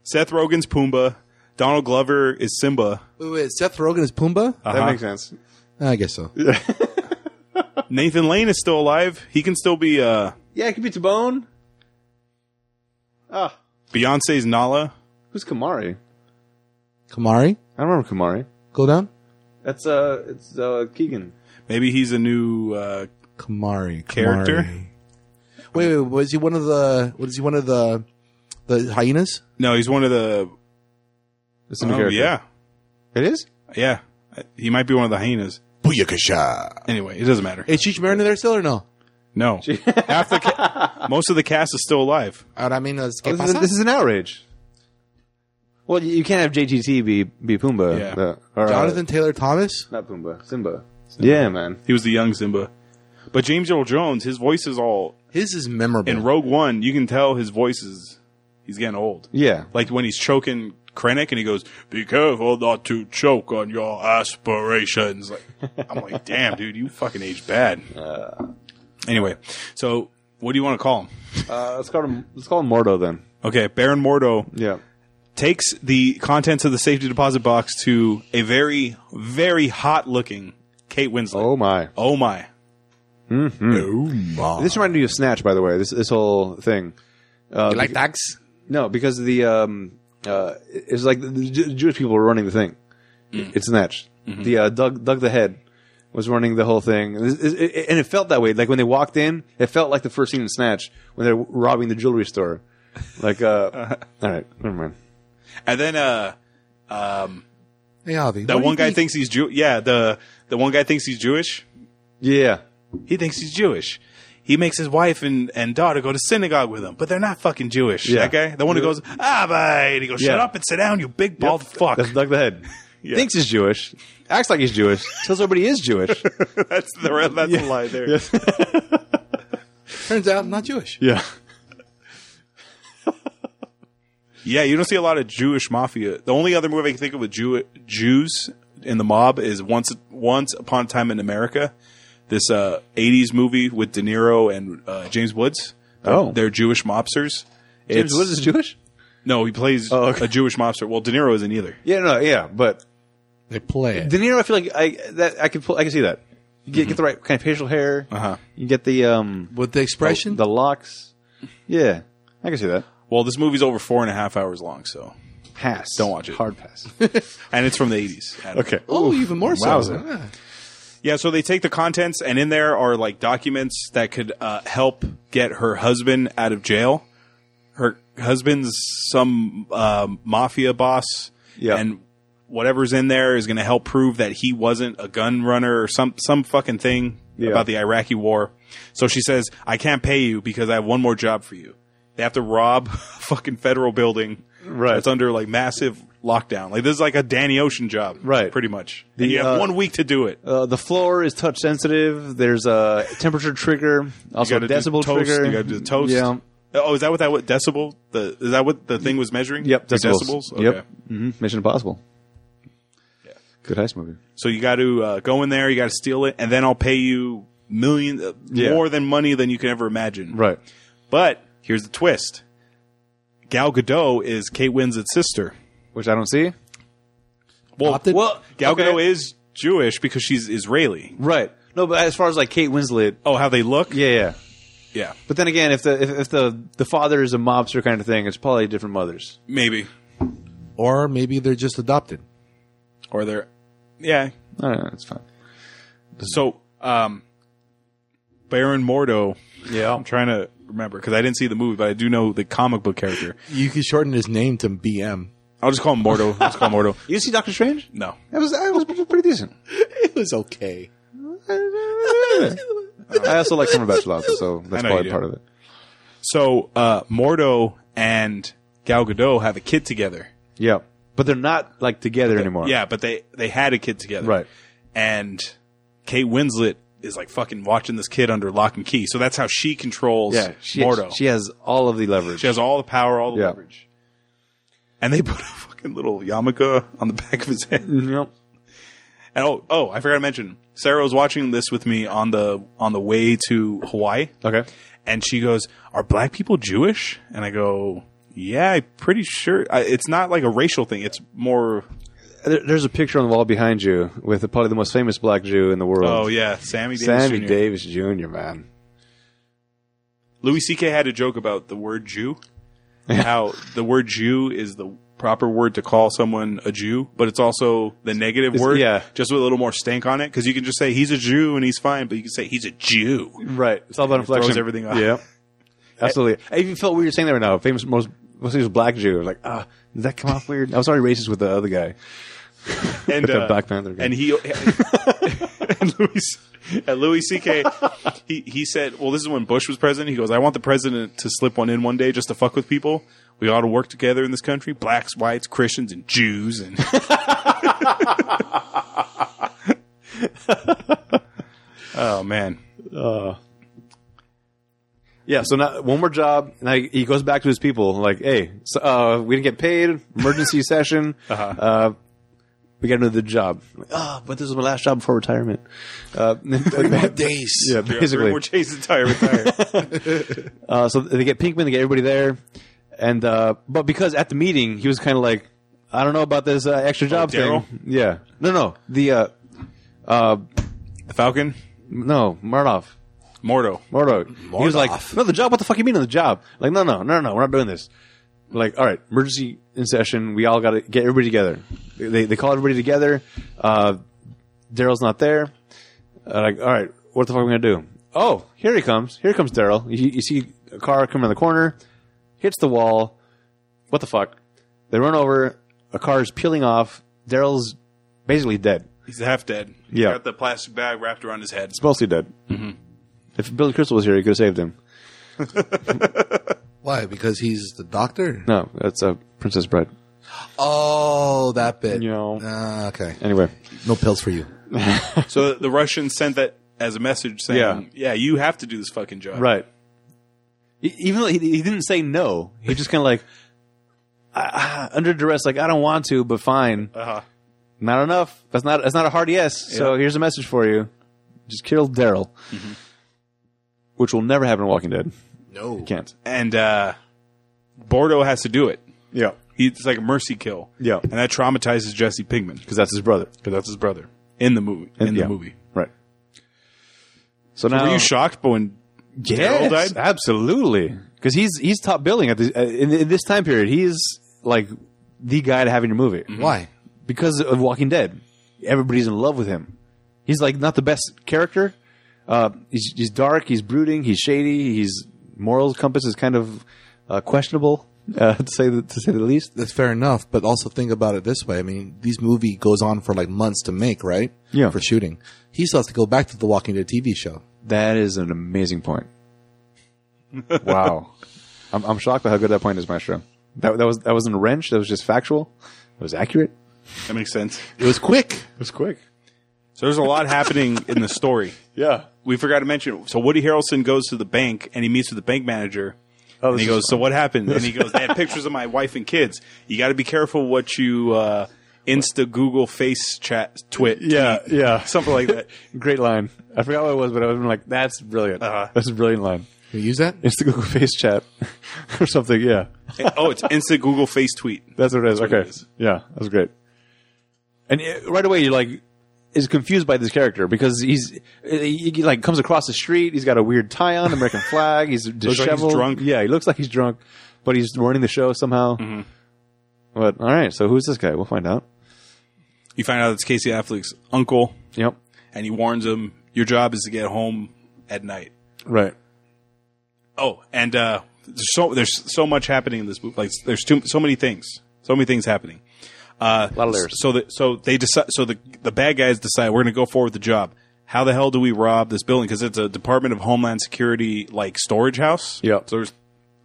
Seth Rogen's Pumbaa? Donald Glover is Simba.
wait, wait, Seth Rogen is Pumbaa.
Uh-huh.
That makes sense.
I guess so.
Uh, Nathan Lane is still alive. He can still be uh,
Yeah, it could be Tabone. Ah,
Beyonce's Nala.
who's Kamari?
Kamari,
I don't remember Kamari.
go down.
That's uh, it's uh, Keegan.
Maybe he's a new. Uh,
Kamari Kamari.
Character?
Wait, wait, was he one of the? Was he one of the the hyenas?
no, he's one of the.
It's a new
Oh,
character.
yeah,
it is.
yeah. He might be one of the hyenas.
Booyakasha.
Anyway, it doesn't matter.
Is Cheech Marin there still or no?
No, half the ca- most of the cast is still alive.
Ahora menos que
Oh, This is,
pasa?
this is an outrage. Well, you you can't have JGT be be Pumbaa.
Yeah.
The- or, uh,
Jonathan Taylor Thomas.
not Pumbaa, Simba. Yeah, man.
He was the young Simba. But James Earl Jones, his voice is all
His is memorable.
in Rogue One. You can tell his voice is he's getting old.
Yeah,
Like when he's choking Krennic and he goes, "Be careful not to choke on your aspirations." Like I'm like, "Damn, dude, you fucking aged bad." anyway, so what do you want to call him?
uh, let's call him let's call him Mordo then.
Okay, Baron Mordo
Yeah,
takes the contents of the safety deposit box to a very, very hot looking Kate Winslet.
Oh my!
Oh my.
This reminded me of Snatch, by the way. This this whole thing. Uh,
like tags.
no, because of the um, uh, it's like the, Ju- Jewish people were running the thing.
Mm-hmm.
It's Snatch. The uh, Doug Doug the Head was running the whole thing, and it, it- it- and it felt that way. Like when they walked in, it felt like the first scene in Snatch when they're robbing the jewelry store. Like,
Uh-huh.
uh, all right, never mind.
And then uh
Hey, Avi.
that
what do
one
you
guy
think?
thinks he's Jew yeah, the the one guy thinks he's Jewish.
Yeah,
He thinks he's Jewish. He makes his wife and, and daughter go to synagogue with him, but they're not fucking Jewish.
Yeah.
That guy, the one who goes, ah, bye. And he goes, shut
Yeah.
up and sit down, you big bald fuck.
that's Doug the Head.
Yeah.
Thinks he's Jewish, acts like he's Jewish, tells everybody he is Jewish.
that's the, that's the lie there.
Turns out, not Jewish.
Yeah. yeah, you don't see a lot of Jewish mafia. The only other movie I can think of with Jew- Jews in the mob is once once upon a time in America. This uh, '80s movie with De Niro and uh, James Woods.
Oh.
they're Jewish mobsters.
James Woods is Jewish?
no, he plays
Oh, okay.
a Jewish mobster. Well, De Niro isn't either.
Yeah, no, yeah, but
They play it.
De Niro, I feel like I that I can pull, I can see that. You get, get the right kind of facial hair.
Uh-huh.
You get the um
With Oh, the expression,
the locks. Yeah, I can see that.
Well, this movie's over four and a half hours long, so
Pass.
Don't watch it.
Hard pass.
and it's from the '80s. Adam.
okay.
oh, even more so.
Wowza.
Yeah.
Yeah, so they take the contents, and in there are like documents that could uh, help get her husband out of jail. Her husband's some um, mafia boss,
Yeah.
and whatever's in there is going to help prove that he wasn't a gun runner or some some fucking thing
Yeah.
about the Iraqi war. So she says, "I can't pay you because I have one more job for you." They have to rob a fucking federal building
Right.
that's under like massive lockdown. Like this is like a Danny Ocean job,
Right.
Pretty much. and you have
uh,
one week to do it.
Uh, the floor is touch sensitive. There's a temperature trigger, also a
gotta do
decibel
toast.
trigger.
You got to do toast.
Yeah.
Oh, is that what that what decibel? The is that what the thing was measuring?
Yep.
Your
Decibels.
decibels.
Yep. hmm Mission Impossible. Good heist movie.
So you got to uh, go in there. You got to steal it, and then I'll pay you million uh,
Yeah.
more than money than you can ever imagine.
Right.
But here's the twist: Gal Gadot is Kate Winslet's sister.
Which I don't see.
Well,
Adopted?
well, Gal
okay.
Gadot is Jewish because she's Israeli.
Right. No, but as far as like Kate Winslet,
Oh, how they look?
yeah, yeah.
yeah,
But then again, if the if, if the the father is a mobster kind of thing, it's probably different mothers.
maybe
Or maybe they're just adopted.
or they're yeah.
No, no, it's fine.
So, um, Baron Mordo
Yeah.
I'm trying to remember because I didn't see the movie, but I do know the comic book character.
You could shorten his name to BM.
I'll just call him Mordo. Let's call him Mordo.
You see Doctor Strange?
No,
That was that was pretty decent.
It was okay.
I also like Summer Bachelor, so that's
know you
probably
do.
part of it.
so uh, Mordo and Gal Gadot have a kid together.
Yeah. But they're not like together anymore.
Yeah, but they they had a kid together,
Right.
And Kate Winslet is like fucking watching this kid under lock and key. So that's how she controls
Yeah. She,
Mordo.
she has all of the leverage.
She has all the power, all the
Yeah.
leverage. And they put a fucking little yarmulke on the back of his head.
Mm-hmm. Yep.
And oh, oh, I forgot to mention. Sarah was watching this with me on the on the way to Hawaii.
Okay.
And she goes, "Are black people Jewish?" And I go, "Yeah, I'm pretty sure. I, it's not like a racial thing. It's more.
Oh, There, there's a picture on the wall behind you with the, probably the most famous black Jew in the world.
Oh yeah, Sammy Davis
Sammy
Jr.
Davis Jr., man.
Louis C.K. had a joke about the word Jew, and how the word Jew is the proper word to call someone a Jew, but it's also the negative
It's-
word,
yeah.
just with a little more stank on it. Because you can just say he's a Jew and he's fine, but you can say he's a Jew.
Right. It's all about
throws
inflection.
everything off.
Yeah. Absolutely. I even felt weird saying that right now. Famous, most, most famous black Jew. I was like, ah, did that come off weird? I was already racist with the other guy.
and uh,
With the Black Panther guy.
and he and Louis and Louis C.K. he he said, "Well, this is when Bush was president." He goes, "I want the president to slip one in one day just to fuck with people. We ought to work together in this country: blacks, whites, Christians, and Jews." And oh man,
Yeah. So now one more job. And I, he goes back to his people like, hey, so, uh, we didn't get paid. Emergency session. Uh-huh. Uh, we got another job. Like, oh, but this is my last job before retirement. Uh,
Days.
yeah, basically.
we're chasing entire retire.
Uh, so they get Pinkman, they get everybody there, and uh, but because at the meeting he was kind of like, I don't know about this uh, extra job
Daryl?
thing. Yeah, no, no, the uh,
the Falcon,
no Murdoch,
Mordo.
Murdoch. He was like,
Murdoch.
no, the job. What the fuck you mean on the job? Like, no, no, no, no, we're not doing this. Like, all right, emergency in session. We all got to get everybody together. They they call everybody together. Uh, Daryl's not there. Uh, like, all right, what the fuck are we gonna do? Oh, here he comes. Here comes Daryl. You, you see a car coming in the corner, hits the wall. What the fuck? They run over. A car is peeling off. Daryl's basically dead.
He's half dead.
Yeah.
got the plastic bag wrapped around his head.
It's mostly dead. If Billy Crystal was here, he could have saved him.
Why? Because he's the doctor?
No, that's uh, Princess Bride.
Oh, that bit.
No.
Ah, okay.
Anyway,
No pills for you.
So the Russians sent that as a message saying,
Yeah.
"Yeah, you have to do this fucking job."
right. E- Even though he, he didn't say no, he just kind of like ah, ah, under duress, like I don't want to, but fine.
Uh-huh.
Not enough. That's not that's not a hard yes. So here's a message for you: just kill Daryl,
Mm-hmm.
which will never happen in Walking Dead.
No.
Can't.
And uh, Bordeaux has to do it.
Yeah,
He, it's like a mercy kill.
Yeah.
And that traumatizes Jesse Pinkman because
because that's his brother.
that's his brother in the movie. In
Yeah.
the movie.
right? So now
Were you shocked when Daryl
Yes,
died?
absolutely. Because he's he's top billing at this uh, in, in this time period. He is like the guy to have in your movie
Mm-hmm.
Why?
because of Walking Dead. Everybody's in love with him. He's like not the best character. Uh, he's, he's dark. He's brooding. He's shady. His moral compass is kind of uh, questionable, uh, to say the, to say the least.
That's fair enough, but also think about it this way. I mean, these movie goes on for like months to make, right?
Yeah.
For shooting. He still has to go back to the Walking Dead TV show.
That is an amazing point. wow, I'm, I'm shocked by how good that point is, Maestro. That that was that wasn't a wrench. That was just factual. It was accurate.
That makes sense.
It was quick.
It was quick.
So there's a lot happening in the story.
Yeah.
We forgot to mention. So Woody Harrelson goes to the bank and he meets with the bank manager.
Oh,
and
this
he
is
goes, "So what happened?" And he goes, "They had pictures of my wife and kids. You got to be careful what you uh, Insta Google face chat twit.
Yeah,
tweet."
yeah.
something like that.
Great line. I forgot what it was, but I was like, that's brilliant.
Uh-huh.
That's a brilliant line.
Can we use that?
It's the Google Face Chat or something. Yeah,
oh, it's Insta Google face tweet.
that's what it is.
That's what
okay,
it is.
yeah, that's great. And uh, right away, you're like, is confused by this character because he's he, he, like comes across the street. He's got a weird tie on, American flag. He's
he's
disheveled.
drunk.
Yeah, he looks like he's drunk, but he's running the show somehow.
Mm-hmm.
But all right, so who's this guy? We'll find out.
You find out it's Casey Affleck's uncle,
Yep.
and he warns him, "Your job is to get home at night."
Right.
Oh, and uh, there's so there's so much happening in this movie. Like there's too so many things, so many things happening. Uh, a
lot of layers.
So that so they decide. So the the bad guys decide we're going to go forward with the job. How the hell do we rob this building? Because it's a Department of Homeland Security like storage house.
Yeah.
So there's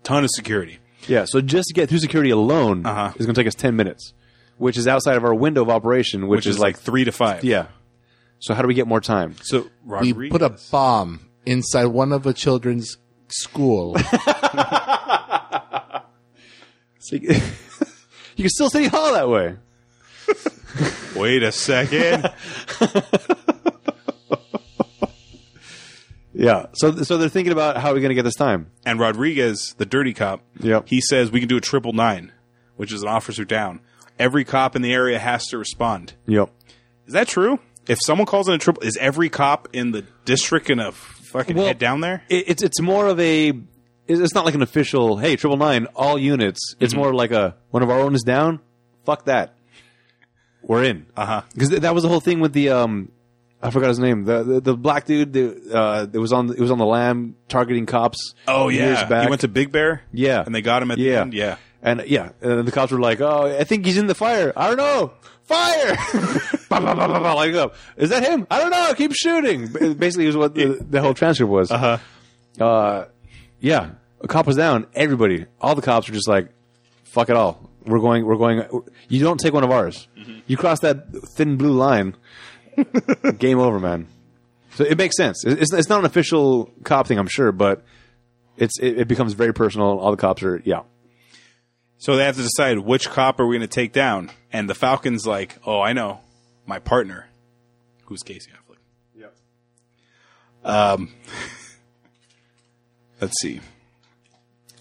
ton of security.
Yeah, so just to get through security alone
Uh-huh.
is going to take us 10 minutes, which is outside of our window of operation, which,
Which is like three to five.
yeah. So how do we get more time?
So
We
Rodriguez,
put a bomb inside one of a children's school.
So you, you can still city hall that way.
Wait a second.
Yeah. So so they're thinking about how are we going to get this time?
and Rodriguez, the dirty cop,
Yep.
he says we can do a triple nine, which is an officer down. Every cop in the area has to respond.
Yep.
Is that true? If someone calls in a triple, is every cop in the district gonna fucking
Well-
head down there?
It, it's it's more of a it's it's not like an official, hey, triple nine all units. It's more like a one of our own is down, fuck that. We're in.
Uh-huh.
Because th- that was the whole thing with the um, I forgot his name. The the, the black dude that uh, that was on it was on the lam targeting cops.
Oh
years
yeah,
back.
he went to Big Bear.
Yeah.
and they got him at the
yeah
end. Yeah,
and yeah, and the cops were like, oh, I think he's in the fire. I don't know. Fire! Bah, bah, bah, bah, bah, like, oh, is that him? I don't know. Keep shooting. Ba- Basically, is what the, the whole transcript was. Uh-huh. yeah, a cop was down. Everybody, all the cops were just like, "Fuck it all. We're going. We're going. You don't take one of ours. You cross that thin blue line. game over, man." So it makes sense. It- It's, it's not an official cop thing, I'm sure, but it's it, it becomes very personal. All the cops are yeah.
so they have to decide which cop are we gonna take down. And the Falcon's like, oh, I know, my partner, who's Casey Affleck. Um,
Yep.
Let's see.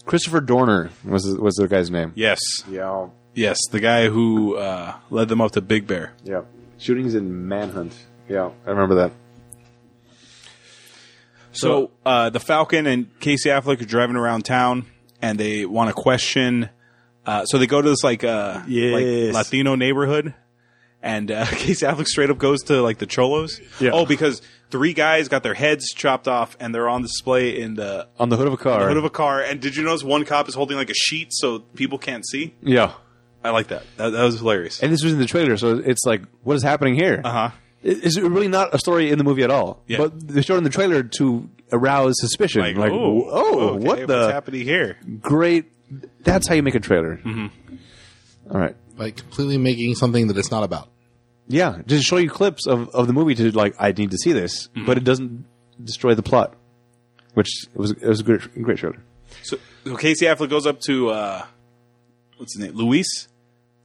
Christopher Dorner was was the guy's name.
Yes,
Yeah,
yes, the guy who uh, led them up to Big Bear.
yeah. Shootings in Manhunt. Yeah, I remember that.
So uh, the Falcon and Casey Affleck are driving around town, and they want to question. Uh, so they go to this like uh,
Yes.
like Latino neighborhood, and uh, Casey Affleck straight up goes to like the cholos.
Yeah.
Oh, because three guys got their heads chopped off, and they're on display in the
On the hood of a car.
hood of a car. And did you notice one cop is holding like a sheet so people can't see?
yeah,
I like that. That, that was hilarious.
and this was in the trailer, so it's like, what is happening here?
Uh huh.
It- It's really not a story in the movie at all.
Yeah.
But they showed in the trailer to arouse suspicion. Like, oh,
okay,
what the
what's happening here?
great? That's how you make a trailer.
Mm-hmm.
All right.
like completely making something that it's not about.
Yeah, just show you clips of, of the movie to like I need
Mm-hmm.
to see this, but it doesn't destroy the plot, which was it was a great great trailer.
So, so Casey Affleck goes up to uh, what's his name, Luis,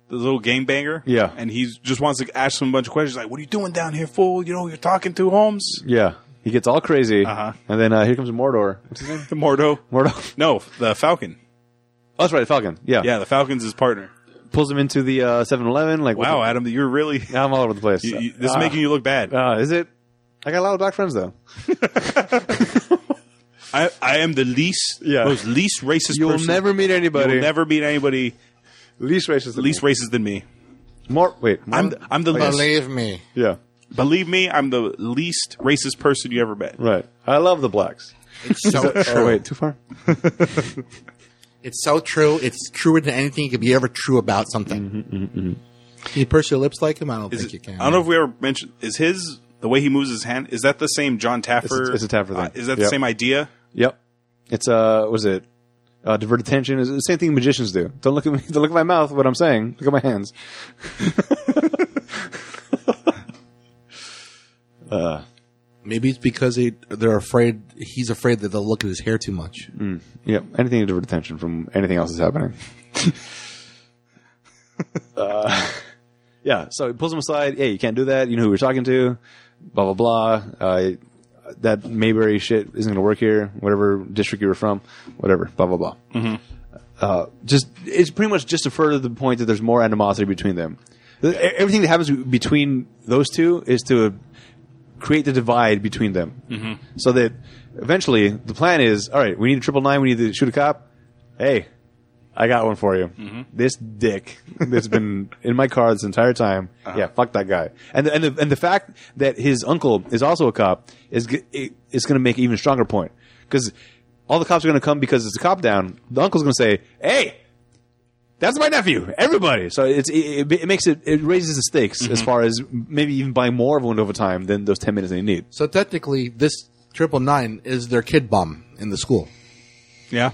the little game banger.
Yeah.
and he just wants to ask him a bunch of questions, like, "What are you doing down here, fool? You know you're talking to Holmes,
Yeah. He gets all crazy.
Uh-huh.
And then uh, here comes Mordor. What's his name?
the Mordo."
Mordor.
No, the Falcon.
Oh, that's right, Falcon. Yeah.
Yeah, the Falcon's his partner.
Pulls him into the uh, 7-Eleven. Like, what
Wow,
the-
Adam, you're really
Now I'm all over the place.
you, you- this is
Ah.
making you look bad.
Ah, is it? I got a lot of black friends, though.
I, I am the least,
Yeah.
most least racist.
You'll
person.
never meet anybody.
You'll never meet anybody
least racist. than
least
me.
racist than me.
More. Wait. More,
I'm the, I'm the least.
Believe me.
yeah.
Believe me, I'm the least racist person you ever met.
Right. I love the blacks.
It's so
Oh,
true.
wait. Too far?
It's so true. It's truer than anything you could be ever true about something.
Mm-hmm,
Can you purse your lips like him? I don't
Is
think
it-
you can.
I don't know if we ever mentioned. Is his the way he moves his hand? Is that the same John Taffer?
it's a Taffer thing.
uh, is that the
Yep.
same idea?
Yep. It's, uh, what is it? Uh, divert attention is the same thing magicians do. Don't look at me. Don't look at my mouth. What I'm saying. Look at my hands.
Maybe it's because they they're afraid he's afraid that they'll look at his hair too much.
Mm. Yep. Anything to divert attention from anything else that's happening. Uh, yeah. So he pulls him aside. Hey, you can't do that. You know who we're talking to. Blah blah blah. Uh, that Mayberry shit isn't going to work here. Whatever district you were from, whatever. Blah blah blah. Mm-hmm. Uh, just it's pretty much just to further the point that there's more animosity between them. E- Everything that happens between those two is to create the divide between them. Mm-hmm. So that eventually the plan is all right, we need a triple nine, we need to shoot a cop. Hey, I got one for you. This dick that's been in my car this entire time. Yeah, fuck that guy. And the, and, the, and the fact that his uncle is also a cop is g- it- it's going to make an even stronger point because all the cops are going to come because it's a cop down. The uncle's going to say, "Hey, that's my nephew. Everybody." So it's it, it, it makes it it raises the stakes as far as maybe even buying more of a window of time than those ten minutes they need.
So technically, this triple nine is their kid bomb in the school.
Yeah.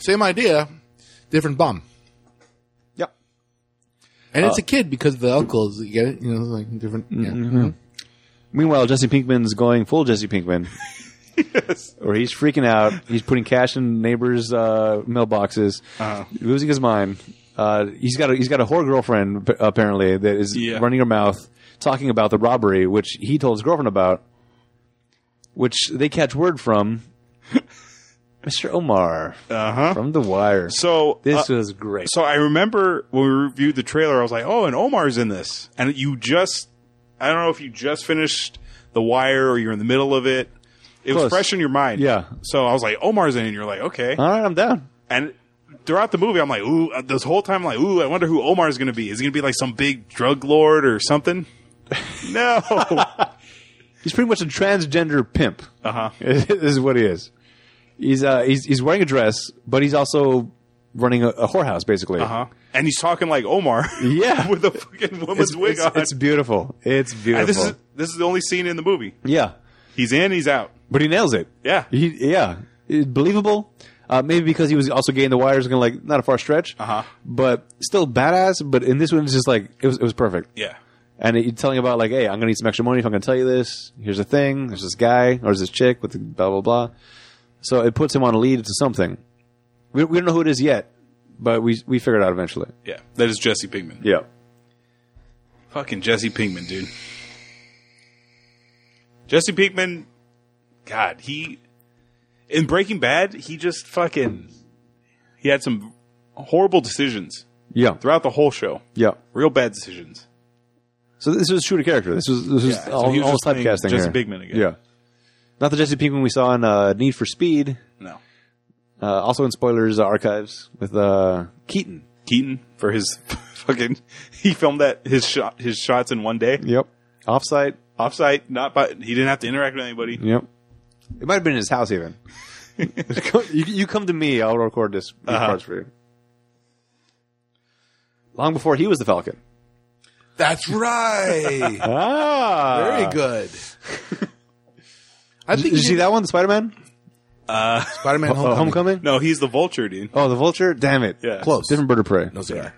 Same idea, different bomb.
Yeah.
And
Uh.
it's a kid because the uncle is you get it, you know, like different. Yeah.
Mm-hmm, Meanwhile, Jesse Pinkman's going full Jesse Pinkman. Or he's freaking out. He's putting cash in neighbors' uh, mailboxes, losing his mind. Uh, he's got a, he's got a whore girlfriend p- apparently that is
Yeah.
running her mouth, talking about the robbery which he told his girlfriend about, which they catch word from Mr. Omar
Uh huh.
from The Wire.
So
Uh-huh. this
uh,
was great.
So I remember when we reviewed the trailer, I was like, "Oh, and Omar's in this." And you just—I don't know if you just finished The Wire or you're in the middle of it. It
Close.
was fresh in your mind.
Yeah.
So I was like, "Omar's in," it," and you're like, "Okay."
All right, I'm down.
And throughout the movie, I'm like, "Ooh!" uh, This whole time, I'm like, "Ooh!" I wonder who Omar's going to be. Is he going to be like some big drug lord or something? No.
He's pretty much a transgender pimp.
uh huh.
this is what he is. He's uh, he's he's wearing a dress, but he's also running a, a whorehouse, basically.
Uh-huh. And he's talking like Omar.
Yeah.
with a fucking woman's
It's,
wig
it's,
on.
it's beautiful. It's beautiful.
and this is this is the only scene in the movie.
yeah,
He's in, he's out.
but he nails it.
Yeah.
he, yeah, It's believable. Uh, maybe because he was also gay in the wires, gonna like not a far stretch.
Uh-huh.
But still badass. But in this one, it's just like it was it was perfect.
Yeah.
And you're telling about like, hey, I'm gonna need some extra money if I'm gonna tell you this. Here's the thing. There's this guy or there's this chick with the blah blah blah. So it puts him on a lead to something. We, we don't know who it is yet, but we we figure it out eventually.
Yeah. That is Jesse Pinkman.
Yeah.
Fucking Jesse Pinkman, dude. Jesse Pinkman God, he in Breaking Bad, he just fucking he had some horrible decisions
Yeah.
throughout the whole show.
Yeah.
Real bad decisions.
So this was true to character. This was this was
Yeah, so
all,
he was
all
just playing
typecasting
Jesse
here.
Pinkman again.
Yeah. Not the Jesse Pinkman we saw in uh, Need for Speed.
No.
Uh, also in spoilers uh, archives with uh, Keaton.
Keaton for his fucking he filmed that his shot his shots in one day.
Yep. Offsite.
Offsite, not by he didn't have to interact with anybody.
Yep. It might have been in his house even. you, you come to me, I'll record this these parts for you. Long before he was the Falcon.
That's right.
Ah,
Very good. I think
Did you see that one, the Spider Man?
Spider Man
Oh,
Homecoming.
Homecoming.
No, he's the vulture, dude.
Oh, the Vulture. Damn it.
Yeah.
Close.
Different bird of prey.
No cigar.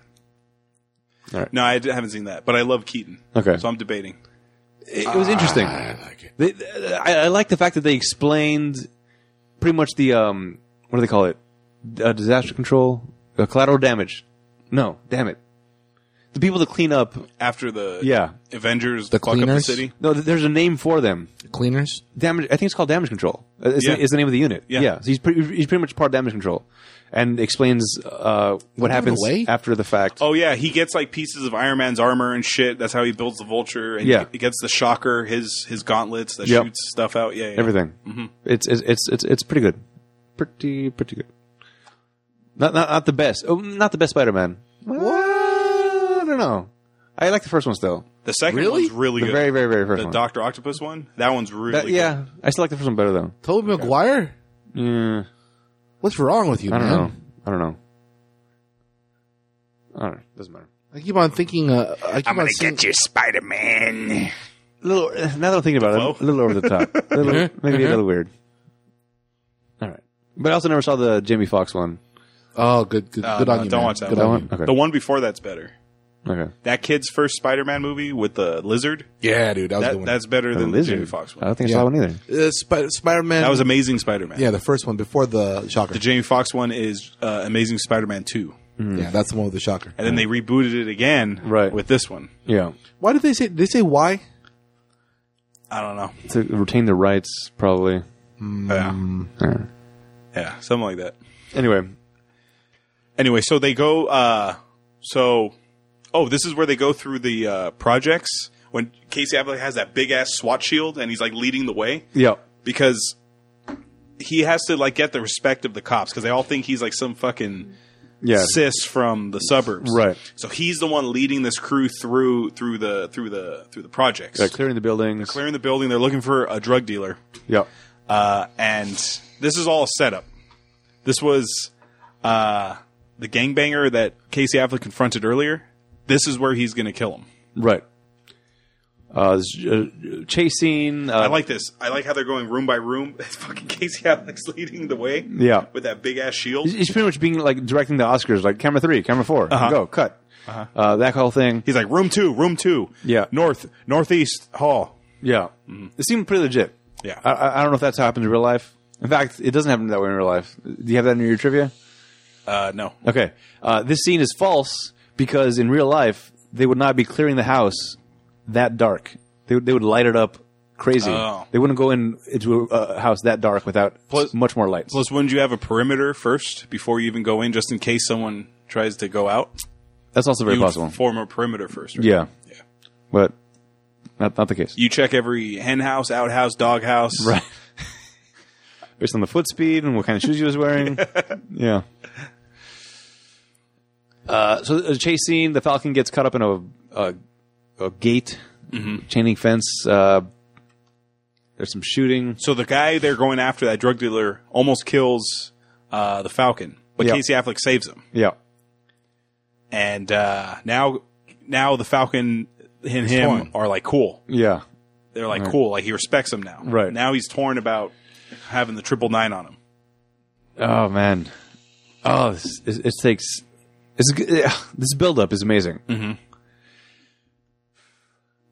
No, I d- haven't seen that, but I love Keaton.
Okay.
So I'm debating.
It, it was interesting.
I like it.
They, I, I like the fact that they explained pretty much the um, what do they call it? uh, disaster control, uh, collateral damage. No, damn it. The people that clean up.
after the
Yeah.
Avengers
The
fuck up the
cleaners?
city.
No, th- there's a name for them.
Cleaners.
Damage. I think it's called damage control. Uh, Is,
Yeah.
the, is the name of the unit?
Yeah.
So he's pretty, he's pretty much part damage control, and explains uh, what happens
away?
after the fact.
Oh yeah, he gets like pieces of Iron Man's armor and shit. That's how he builds the Vulture. And
Yeah.
he gets the Shocker, his his gauntlets that
Yep.
shoots stuff out. Yeah, yeah.
Everything.
Mm-hmm.
It's, it's it's it's it's pretty good. Pretty pretty good. Not not not the best. Oh, not the best Spider Man. I don't know. I like the first ones though.
The second
Really?
one's really
The
good.
very very very first
the
one.
Doctor Octopus one. That one's really
That-
good.
yeah, I still like the first one better though.
Tobey Maguire.
Yeah,
What's wrong with you,
I don't
man?
know. I don't know. I don't know. Doesn't matter.
I keep on thinking. Uh, I keep on seeing,
you, Spider Man.
little now that I'm thinking about it,
Hello?
a little over the top, A little-
Uh-huh,
maybe a little weird. All right, but I also never saw the Jamie Foxx one.
Oh, good, good,
Uh,
good
no,
on you.
don't
man.
watch that
Good
one.
on you.
Okay,
The one before that's better.
okay.
That kid's first Spider Man movie with the lizard.
Yeah, dude, that was a
That,
good one.
that's better
The
than the
lizard.
Jamie Fox
I
one.
don't think I
Yeah.
saw that one either.
uh, Sp- Spider-Man.
That was Amazing Spider Man.
yeah, the first one before the shocker.
The Jamie Fox one is uh, Amazing Spider Man two,
Yeah, that's the one with the shocker.
and then they rebooted it again
Right.
with this one.
Yeah,
Why did they say? Did they say why?
I don't know.
to retain the rights, probably.
Yeah. yeah, something like that.
Anyway,
Anyway, so they go. Uh, so, oh, this is where they go through the uh, projects when Casey Affleck has that big ass SWAT shield and he's like leading the way
yeah,
because he has to like get the respect of the cops because they all think he's like some fucking
yeah,
sis from the suburbs,
Right.
So he's the one leading this crew through through the through the through the projects.
Yeah, clearing the buildings.
Clearing the building, they're looking for a drug dealer.
yeah,
Uh, and this is all a setup. This was uh, the gangbanger that Casey Affleck confronted earlier. This is where he's going to kill him.
right. Uh, there's, uh, chasing. Uh,
I like this. I like how they're going room by room. It's fucking Casey Affleck's leading the way.
Yeah.
With that big ass shield.
He's pretty much being like directing the Oscars, like camera three, camera 4
Uh-huh.
go cut. Uh, that whole thing.
He's like, room two, room two.
Yeah.
North, northeast hall.
Yeah,
Mm-hmm.
it seemed pretty legit.
Yeah.
I- I, I don't know if that's happened in real life. In fact, it doesn't happen that way in real life. Do you have that in your trivia?
Uh, no.
Okay, uh, this scene is false because in real life they would not be clearing the house that dark. They would, they would light it up crazy.
Oh.
They wouldn't go in into a uh, house that dark without
Plus-
much more lights.
Plus, wouldn't you have a perimeter first before you even go in, just in case someone tries to go out?
that's also very
You would
possible.
form a perimeter first. right?
yeah,
Yeah.
but not not the case.
You check every hen house, outhouse, dog house.
Right. Based on the foot speed and what kind of shoes he was wearing. yeah. Uh, so the chase scene, the Falcon gets caught up in a a, a gate,
Mm-hmm.
chain link fence. Uh, there's some shooting.
So the guy they're going after, that drug dealer, almost kills uh, the Falcon, but
Yeah.
Casey Affleck saves him.
Yeah,
And uh, now, now the Falcon and him
torn.
are like cool.
yeah,
They're like cool. Like he respects him now.
Right.
now, he's torn about having the triple nine on him.
Oh man, oh this, it, it takes it's g- ugh, this buildup is amazing. Mm-hmm.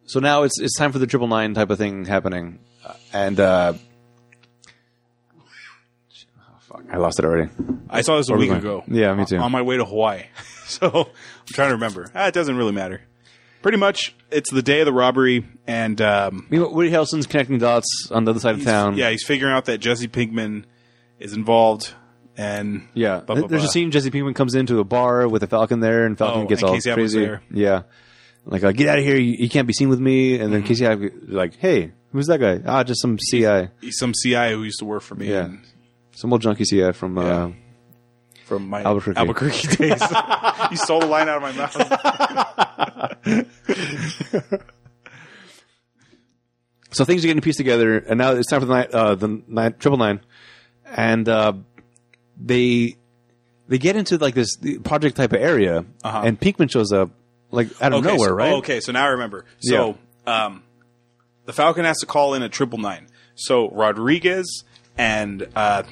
So now it's it's time for the triple nine type of thing happening, Uh, and uh, oh, fuck, I lost it already.
I saw this a week
mine.
ago.
Yeah, me too.
On my way to Hawaii, so I'm trying to remember. Ah, it doesn't really matter. Pretty much, it's the day of the robbery, and um,
Meanwhile, Woody Harrelson's connecting dots on the other side of
he's-
town.
yeah, he's figuring out that Jesse Pinkman is involved, and
yeah.
blah, blah,
There's
blah.
a scene Jesse Pinkman comes into a bar with a Falcon there, and Falcon
Oh,
gets
and
all
Casey Affleck's
crazy.
there.
Yeah, like uh, get out of here! You, you can't be seen with me. And
Mm-hmm.
then Casey Affleck, like, hey, who's that guy? Ah, just some CI.
He's some CI who used to work for me
Yeah.
and-
Some old junkie CI from uh,
from my
Albuquerque.
Albuquerque days. you stole the line out of my mouth.
so things are getting pieced together, and now it's time for the night, uh, the night, triple nine, and uh, they they get into like this project type of area, and Pinkman shows up like out of nowhere,
so,
right?
oh, Uh-huh. okay, so now I remember. So um, the Falcon has to call in a triple nine. So Rodriguez and uh,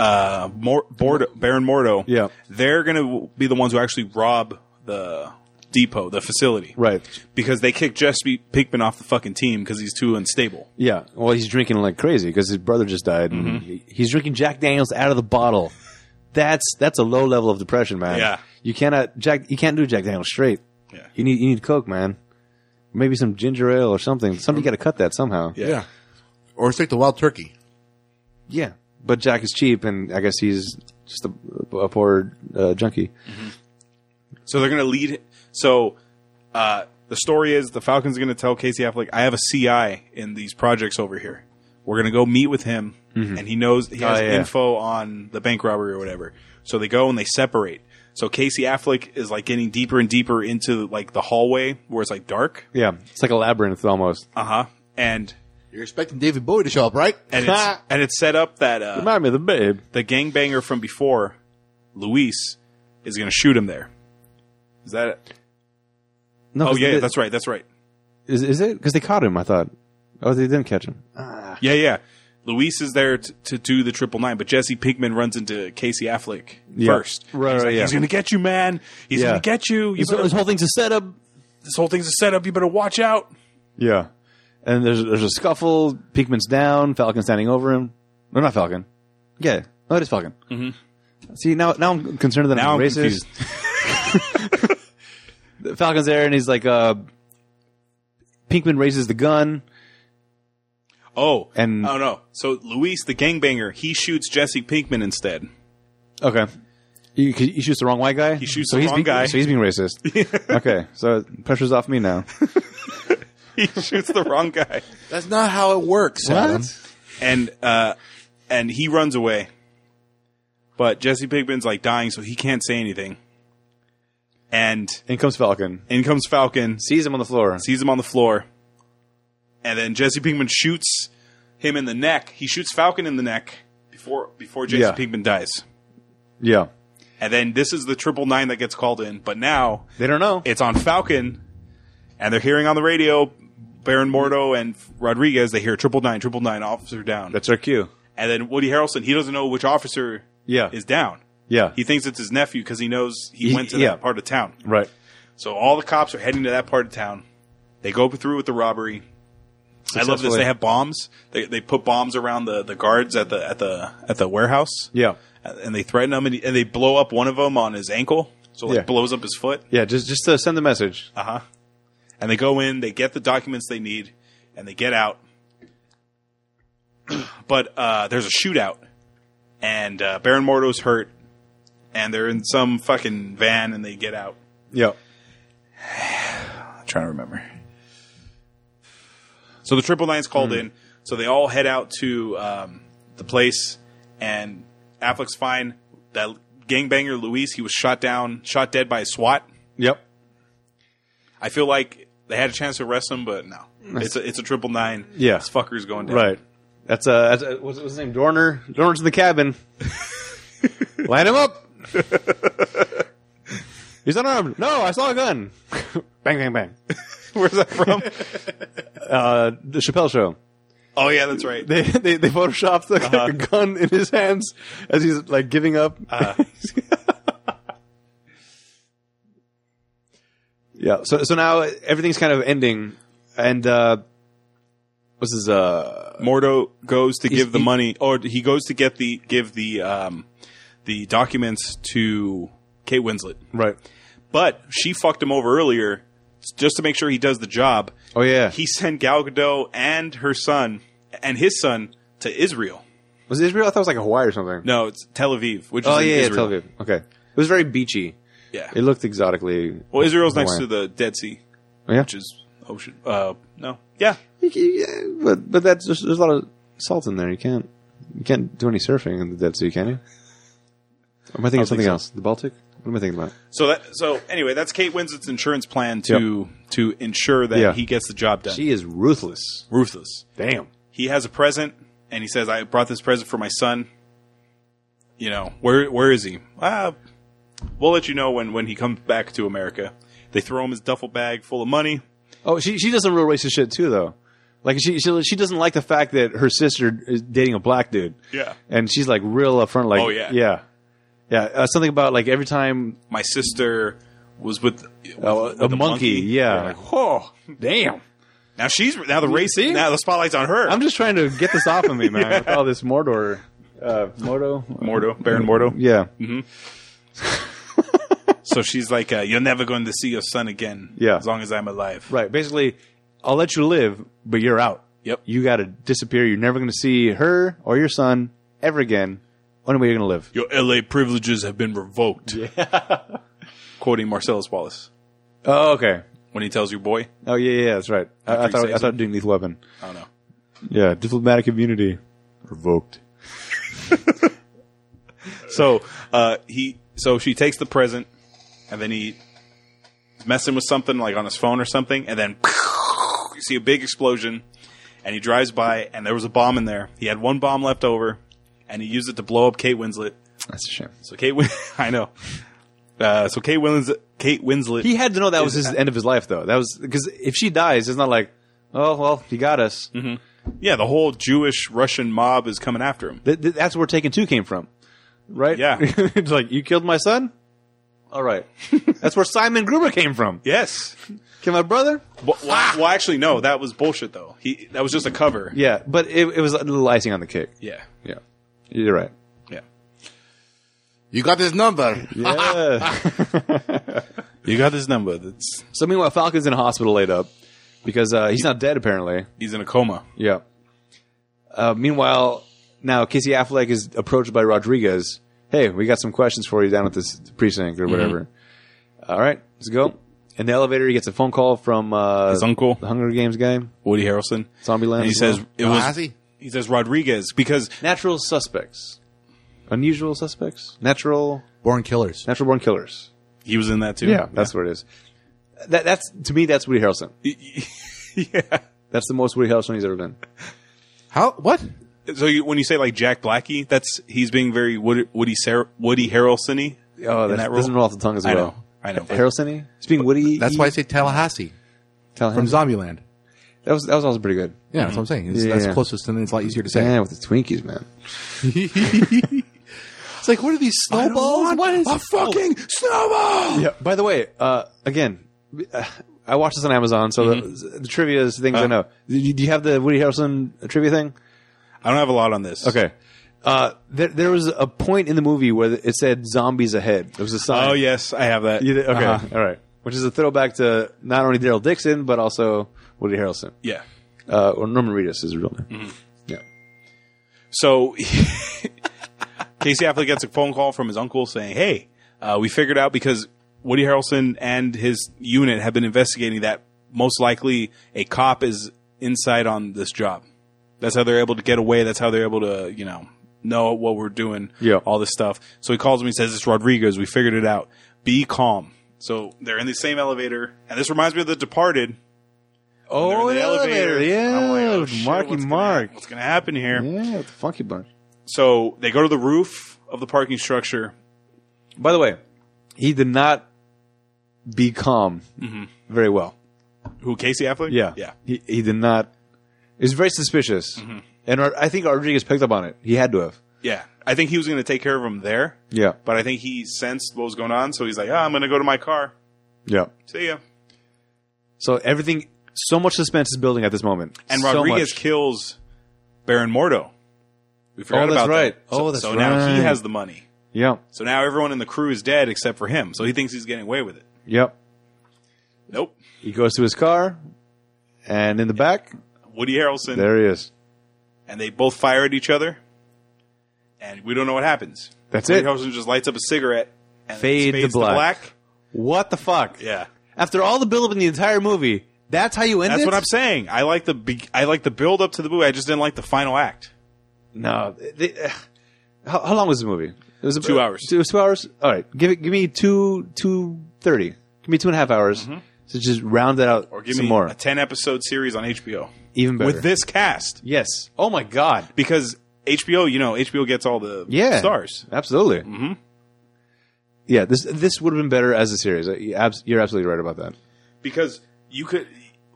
uh, Mor- Bordo, Baron Mordo,
Yeah.
they're going to be the ones who actually rob the depot, the facility.
Right.
Because they kicked Jesse Pinkman off the fucking team because he's too unstable.
Yeah.
Mm-hmm.
Well, he's drinking like crazy because his brother just died, and he- he's drinking Jack Daniels out of the bottle. that's that's a low level of depression, man.
Yeah.
You cannot Jack. You can't do Jack Daniel straight.
Yeah.
You need you need Coke, man. Maybe some ginger ale or something. Somebody got to cut that somehow.
Mm-hmm. Yeah.
yeah. Or stick to wild turkey.
Yeah, but Jack is cheap, and I guess he's just a, a poor uh, junkie.
So they're going to lead. So uh, the story is the Falcons are going to tell Casey Affleck, "I have a CI in these projects over here. We're going to go meet with him, and he knows he has
Oh, yeah.
info on the bank robbery or whatever." So they go and they separate. So Casey Affleck is like getting deeper and deeper into like the hallway where it's like dark.
Yeah, it's like a labyrinth almost.
Uh huh. And
You're expecting David Bowie to show up, right?
and it's, and it's set up that uh,
Remind me of the babe.
the gangbanger from before, Luis, is going to shoot him there. Is that? It?
No,
Oh yeah,
they,
that's right. That's right.
is, is it because they caught him. I thought. Oh, they didn't catch him.
Yeah, yeah. Luis is there t- to do the triple nine, but Jesse Pinkman runs into Casey Affleck
Yeah.
first.
Right,
he's
right, yeah.
He's gonna get you, man. He's
Yeah.
gonna get you. you
This,
better,
this whole thing's a setup.
this whole thing's a setup. You better watch out.
Yeah, and there's there's a scuffle. Peekman's down. Falcon standing over him. No, not Falcon. Yeah, no, it is Falcon. Mm-hmm. See now, now I'm concerned that
Now
I'm
I'm
racist. The Falcon's there, and he's like, uh, Pinkman raises the gun.
Oh,
And-
oh no. So Luis, the gangbanger, he shoots Jesse Pinkman instead.
Okay. He, he shoots the wrong white guy. He
shoots
so
the
he's
wrong
being,
guy.
So he's being racist. okay, so pressure's off me now.
He shoots the wrong guy,
That's not how it works. Adam.
and uh, and he runs away. But Jesse Pinkman's like dying, so he can't say anything. And
In comes Falcon.
in comes Falcon,
Sees him on the floor.
sees him on the floor, and then Jesse Pinkman shoots him in the neck. He shoots Falcon in the neck before before Jesse
Yeah.
Pinkman dies.
Yeah.
And then this is the triple nine that gets called in, but now
They don't know.
it's on Falcon, and they're hearing on the radio Baron Mordo and Rodriguez. They hear triple nine, triple nine, officer down.
That's our cue.
and then Woody Harrelson, he doesn't know which officer
Yeah.
is down.
yeah.
He thinks it's his nephew because he knows he,
He-
went to
yeah.
that part of town.
right.
So all the cops are heading to that part of town. They go through with the robbery. I love this.
Successfully.
They have bombs. They, they put bombs around the, the guards at the at the at the warehouse.
Yeah.
and they threaten him, and, he- and they blow up one of them on his ankle. So like
Yeah.
blows up his foot.
Yeah, just just to send the message.
Uh huh. And they go in. They get the documents they need, and they get out. but uh, there's a shootout, and uh, Baron Mordo's hurt, and they're in some fucking van, and they get out.
Yeah.
trying to remember. So the triple nine's called
Hmm.
in. So they all head out to um, the place, and Affleck's fine. That gangbanger Luis, he was shot down, shot dead by SWAT.
Yep.
I feel like they had a chance to arrest him, but no. It's a, it's a triple nine.
Yeah.
this fucker's going down.
Right. That's uh that's, uh, what's, what's his name? Dorner. Dorner's in the cabin. Line him up. He's unarmed. No, I saw a gun. bang, bang, bang.
Where's that from?
Uh, the Chappelle Show.
oh yeah, that's right.
They they, they photoshopped the gun in his hands as he's like giving up. yeah. So so now everything's kind of ending, and uh, what's his uh
Mordo goes to give the
he-
money, or he goes to get the give the um, the documents to Kate Winslet.
right?
But she fucked him over earlier just to make sure he does the job.
Oh yeah.
He sent Gal Gadot and her son and his son to Israel.
Was it Israel? I thought it was like Hawaii or something.
No, it's Tel Aviv, which
oh
is in
yeah, yeah,
Israel.
Tel Aviv. Okay, it was very beachy.
Yeah.
It looked exotically.
well, Israel's next to
Hawaiian.
the Dead Sea,
yeah,
which is ocean. Uh, no. Yeah.
You can- yeah, but but that's there's, there's a lot of salt in there. You can't you can't do any surfing in the Dead Sea, can you? Or am I thinking of something
so.
else? The Baltic? What am I thinking about?
So that so anyway, that's Kate Winslet's insurance plan to to ensure that
Yeah.
he gets the job done.
She is ruthless.
Ruthless.
Damn.
He has a present and he says, "I brought this present for my son." You know, where where is he? Ah, we'll let you know when when he comes back to America. They throw him his duffel bag full of money.
Oh, she she does some real racist shit too, though. Like she she she doesn't like the fact that her sister is dating a black dude.
Yeah.
and she's like real upfront. Like,
Oh, yeah.
yeah, yeah. Uh, something about like every time
My sister was with, with-
Oh, a
with
monkey, yeah.
You're Like, Whoa.
Damn.
Now she's now the race.
see?
Now the spotlight's on her.
I'm just trying to get Oh, this off of me, man. With all this Mordor Uh, Moto.
Mordo, Baron
Mm-hmm.
Mordo.
Yeah.
So she's like, uh, "You're never going to see your son again.
Yeah.
as long as I'm alive.
Right. Basically, I'll let you live, but you're out.
Yep.
You got to disappear. You're never going to see her or your son ever again. Only way you're going to live.
Your L.A. privileges have been revoked." Quoting Marcellus Wallace
Oh, okay.
when he tells your boy,
Oh, yeah, yeah, that's right. I, I
After he
thought
saves
I thought doing lethal weapon.
"I don't know."
Yeah, diplomatic immunity revoked.
So uh, he, so she takes the present, and then he is messing with something like on his phone or something, and then you see a big explosion, and he drives by, and there was a bomb in there. He had one bomb left over, and he used it to blow up Kate Winslet.
That's a shame.
So Kate, Win- I know. Uh, so Kate Winslet, Kate Winslet,
He had to know that was his end of his life, though. That was because if she dies, it's not like, oh well, he got us.
yeah, the whole Jewish Russian mob is coming after him.
Th- th- that's where Taken Two came from, right?
Yeah.
it's like you killed my son. All right, that's where Simon Gruber came from.
Yes.
Kill my brother.
Well, well, well, actually, no, that was bullshit though. He that was just a cover.
Yeah, but it, it was a little icing on the cake.
Yeah.
Yeah, you're right.
Yeah.
You got this number.
Yeah.
You got his number. That's
so meanwhile, Falcon's in a hospital laid up because uh, he's not dead apparently.
he's in a coma.
Yeah. Uh, meanwhile, now Casey Affleck is approached by Rodriguez. Hey, we got some questions for you down at this precinct or whatever. All right, let's go. In the elevator, he gets a phone call from uh,
His uncle
the Hunger Games guy,
Woody Harrelson.
Zombieland.
And he
as well.
says it
Oh,
was.
has he?
He says Rodriguez because
"Natural suspects, unusual suspects, natural,
Born killers.
natural born killers."
he was in that too.
that's what it is. That, that's to me, that's Woody Harrelson.
yeah.
That's the most Woody Harrelson he's ever been.
How? What?
So you, when you say like Jack Blackie, that's he's being very Woody Woody, Sar- Woody Harrelson-y.
Oh,
in
that
that
doesn't
role.
roll off the tongue as
I
well.
know. I know.
Harrelson-y? Speaking Woody,
That's why I say Tallahassee
tell
from
him
Zombieland.
that was that was also pretty good.
Yeah, that's what I'm saying. It's,
Yeah,
that's
yeah.
closest, and it's a lot easier to say.
Man, with the Twinkies, man.
It's like, what are these snowballs? What is Oh. a fucking snowball?
Yeah. By the way, uh, again, uh, I watched this on Amazon, so the, the trivia is things I know. Do you, do you have the Woody Harrelson trivia thing?
I don't have a lot on this.
Okay. Uh, there, there was a point in the movie where it said "zombies ahead." There was a sign.
Oh yes, I have that.
You did- okay.
Uh-huh.
All right. Which is a throwback to not only Daryl Dixon but also Woody Harrelson
Yeah.
uh, or Norman Reedus is his real name.
Mm-hmm.
Yeah.
So Casey Affleck gets a phone call from his uncle saying, "Hey, uh, we figured out because Woody Harrelson and his unit have been investigating that most likely a cop is inside on this job. That's how they're able to get away. That's how they're able to, you know, know what we're doing.
Yeah.
all this stuff. So he calls me, says it's Rodriguez. We figured it out. Be calm." So they're in the same elevator, and this reminds me of The Departed.
Oh,
They're in the elevator.
yeah.
I'm like, oh, shit,
Marky
what's gonna-
Mark.
what's going to happen here?
Yeah, with the funky bunch.
So they go to the roof of the parking structure.
By the way, he did not be calm very well.
Who Casey Affleck?
Yeah,
Mm-hmm. yeah.
He he did not. It was very suspicious,
Mm-hmm.
and Rod- I think Rodriguez picked up on it. He had to have.
Yeah. I think he was going to take care of him there,
Yeah,
but I think he sensed what was going on, so he's like, "Ah, I'm going to go to my car.
yeah.
See ya."
So everything, so much suspense is building at this moment,
And
So
Rodriguez
much.
kills Baron Mordo. We forgot
that's
about
right.
that.
Oh,
so,
that's
so now he
right.
has the money.
Yeah,
So now everyone in the crew is dead except for him. So he thinks he's getting away with it.
yep.
Nope.
He goes to his car, and in the back
Woody Harrelson
there he is.
and they both fire at each other, and we don't know what happens.
That's
Woody
it.
Harrelson just lights up a cigarette and
Fade to
fades to
black.
black.
What the fuck?
Yeah.
After all the buildup in the entire movie, that's how you end
That's
it.
what I'm saying. I like the be- I like the build up to the movie. I just didn't like the final act.
No, they, uh, how, how long was the movie? It was
Two hours.
It was two hours. All right, give it. Give me two two thirty. Give me two and a half hours to just round it out
Mm-hmm. Or give
some
me
more.
a ten episode series on HBO
Even better.
with this cast
yes. Oh my god.
because HBO, you know, HBO gets all the
Yeah.
stars.
Absolutely. Mm-hmm. Yeah. This this would have been better as a series. Uh, you abs- You're absolutely right about that.
Because you could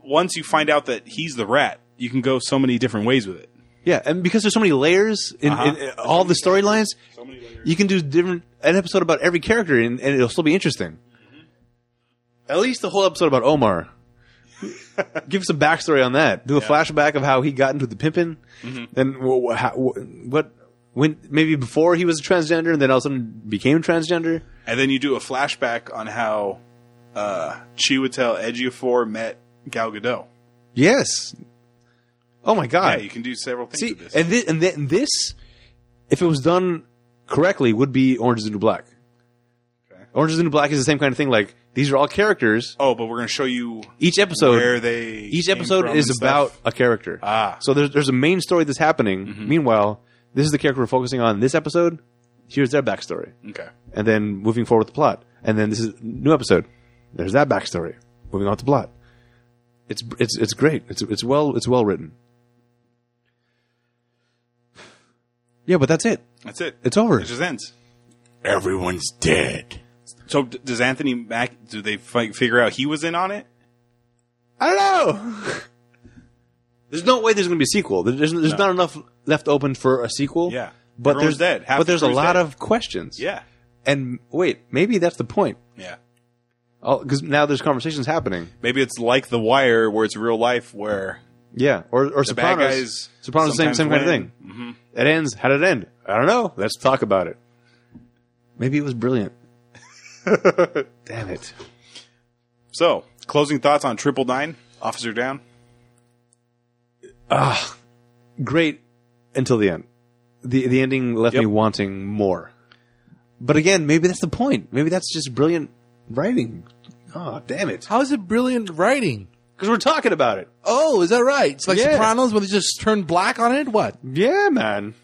once you find out that he's the rat, you can go so many different ways with it.
Yeah, and because there's so many layers in, in, in all the storylines,
Uh-huh. many layers.
you can do different an episode about every character, and, and it'll still be interesting.
Mm-hmm.
At least the whole episode about Omar. Give some
Mm-hmm.
backstory on that. Do a flashback of how he got into the pimping, and wh- wh- how, wh- what when maybe before he was transgender and then all of a sudden became transgender.
And then you do a flashback on how uh, Chiwetel Ejiofor met Gal Gadot.
Yes. Oh my
Yeah,
god.
you can do several things
See,
with this.
and this, and, thi- and this, if it was done correctly, would be Orange is the New Black.
Okay.
Orange is the New Black is the same kind of thing. Like these are all characters.
oh, but we're going to show you
Each episode,
where they.
each
came
episode
from
is
and
about
stuff.
a character.
Ah. Mm-hmm.
So there's there's a main story that's happening. Meanwhile, this is the character we're focusing on. This episode, here's their backstory,
Okay.
and then moving forward with the plot. And then this is new episode. There's that backstory. Moving on to plot. It's it's it's great. It's it's well it's well written. Yeah, but that's it.
That's it.
It's over.
It just ends.
Everyone's dead.
So d- does Anthony Mack? Do they fi- figure out he was in on it?
I don't know. there's no way there's going to be a sequel. There- There's, there's not enough left open for a sequel.
Yeah.
but
Everyone's
there's
dead. Half
but
the
there's a
crew's
lot
dead.
of questions.
Yeah.
and wait, maybe that's the point.
Yeah.
Because now there's conversations happening.
Maybe it's like The Wire, where it's real life, where
Yeah, or or
bad
Sopranos.
guys
Sopranos, same
sometimes
same kind of
win. Mm-hmm.
thing. It ends. How did it end? I don't know. Let's talk about it. Maybe it was brilliant. Damn it.
So, closing thoughts on Triple Nine, Officer Down.
great until the end. The the ending left
Yep.
me wanting more. But again, maybe that's the point. Maybe that's just brilliant writing. Oh, damn it.
How is it brilliant writing?
Because we're talking about it.
Oh, is that right? It's like
Yeah.
Sopranos when they just turned black on it. What?
Yeah, man.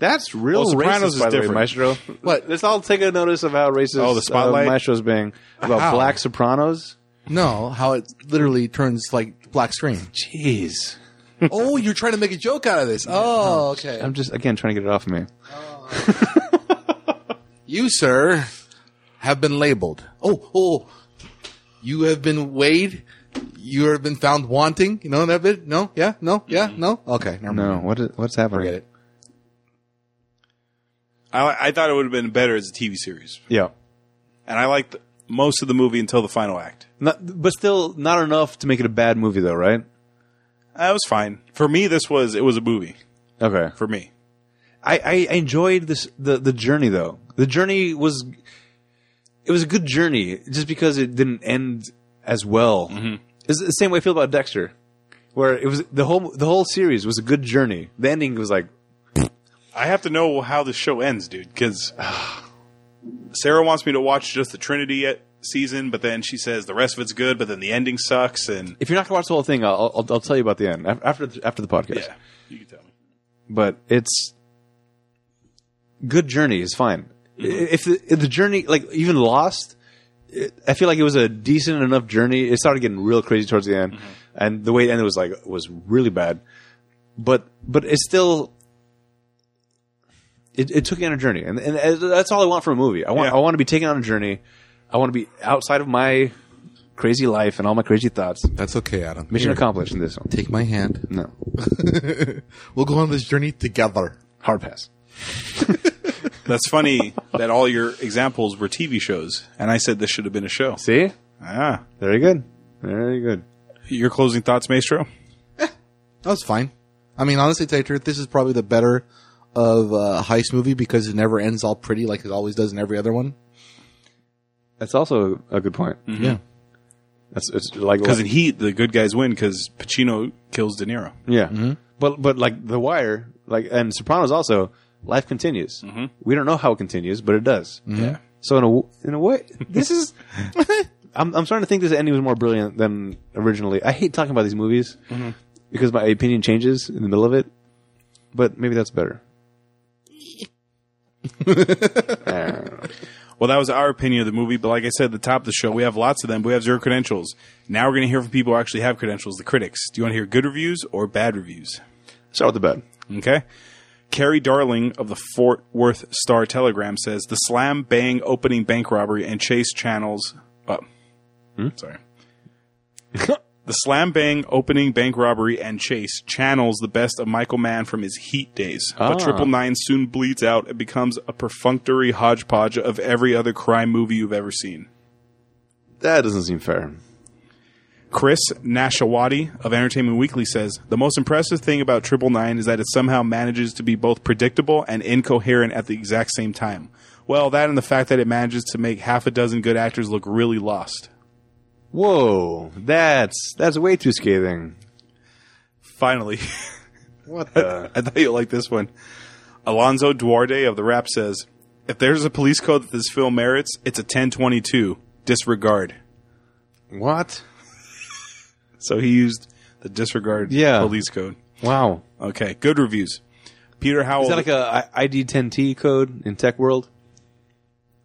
That's real
Well, Sopranos
racist,
is
by the way,
different.
Maestro.
What?
Let's all take a notice of how racist
Oh, the spotlight?
uh, Maestro's being. About
How?
black Sopranos.
No, how it literally turns like black screen.
Jeez.
oh, you're trying to make a joke out of this. Oh, okay.
I'm just, again, trying to get it off of me.
You, sir, have been labeled. Oh, oh, you have been weighed. You have been found wanting. You know that bit? No, yeah, no, yeah, no. Okay, never mind.
No, what is, what's happening?
Forget it.
I, I thought it would have been better as a TV series,
Yeah.
and I liked most of the movie until the final act.
Not, but still, not enough to make it a bad movie, though, right?
That was fine for me. This was it was a movie
Okay.
for me.
I, I I enjoyed this the the journey though. The journey was it was a good journey just because it didn't end as well. It's the same way I feel about Dexter, where it was the whole the whole series was a good journey. The ending was like
I have to know how the show ends, dude, because Sarah wants me to watch just the Trinity e- season, but then she says the rest of it's good, but then the ending sucks, and
if you're not gonna watch the whole thing, I'll I'll, I'll tell you about the end af- after the, after the podcast.
yeah, you can tell me.
But it's good journey is fine. I- If the, if the journey like even Lost. it- I feel like it was a decent enough journey. It started getting real crazy towards the end, and the way it ended was like was really bad. But but it's still it, it took you on a journey, and, and and that's all I want from a movie. I want
Yeah.
I want to be taken on a journey. I want to be outside of my crazy life and all my crazy thoughts.
That's okay, Adam.
Mission
Here,
accomplished in this one.
Take my hand.
No
We'll go on this journey together.
hard pass.
That's funny that all your examples were TV shows, and I said this should have been a show.
See,
Ah,
very good, very good.
your closing thoughts, Maestro?
That was fine. I mean, honestly, to tell you the truth, this is probably the better of uh, heist movie because it never ends all pretty like it always does in every other one.
That's also a good point.
Yeah.
That's it's like
Because in Heat, the good guys win because Pacino kills De Niro.
Yeah, but but like The Wire, like and Sopranos also, life continues. We don't know how it continues, but it does.
Yeah.
So in a w- in a way, this is. I'm I'm starting to think this ending was more brilliant than originally. I hate talking about these movies because my opinion changes in the middle of it, but maybe that's better.
Well, that was our opinion of the movie, but like I said at the top of the show, we have lots of them, but we have zero credentials. Now we're going to hear from people who actually have credentials, the critics. Do you want to hear good reviews or bad reviews?
Start with the bad.
Okay. Carrie Darling of the Fort Worth Star Telegram says the slam bang opening bank robbery and chase channels. Oh, sorry. the slam bang opening bank robbery and chase channels the best of Michael Mann from his Heat days, but
Ah.
Triple Nine soon bleeds out and becomes a perfunctory hodgepodge of every other crime movie you've ever seen.
That doesn't seem fair.
Chris Nashawati of Entertainment Weekly says the most impressive thing about Triple Nine is that it somehow manages to be both predictable and incoherent at the exact same time. Well, that and the fact that it manages to make half a dozen good actors look really lost.
Whoa, that's that's way too scathing.
Finally,
What the?
I thought you'd like this one. Alonzo Duarte of The Rap says if there's a police code that this film merits, it's a 1022. Disregard.
what?
So he used the disregard
Yeah.
police code.
Wow.
Okay, good reviews. Peter Howell.
Is that like a I- ID10T code in tech world?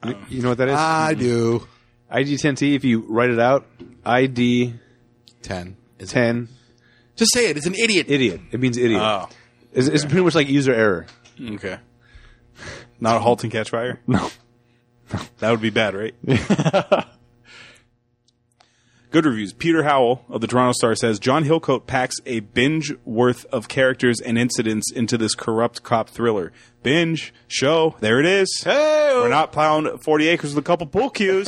You- you know what that is?
I do.
ID10T. If you write it out, ID10
Ten. Is it- Just say it. It's an idiot.
idiot. It means idiot.
Oh,
it's, it's pretty much like user error.
okay. Not a halt and catch fire? No. That would be bad, right? Good reviews. Peter Howell of the Toronto Star says John Hillcoat packs a binge worth of characters and incidents into this corrupt cop thriller. Binge, show, there it is.
Hey,
We're not plowing 40 acres with a couple pool cues.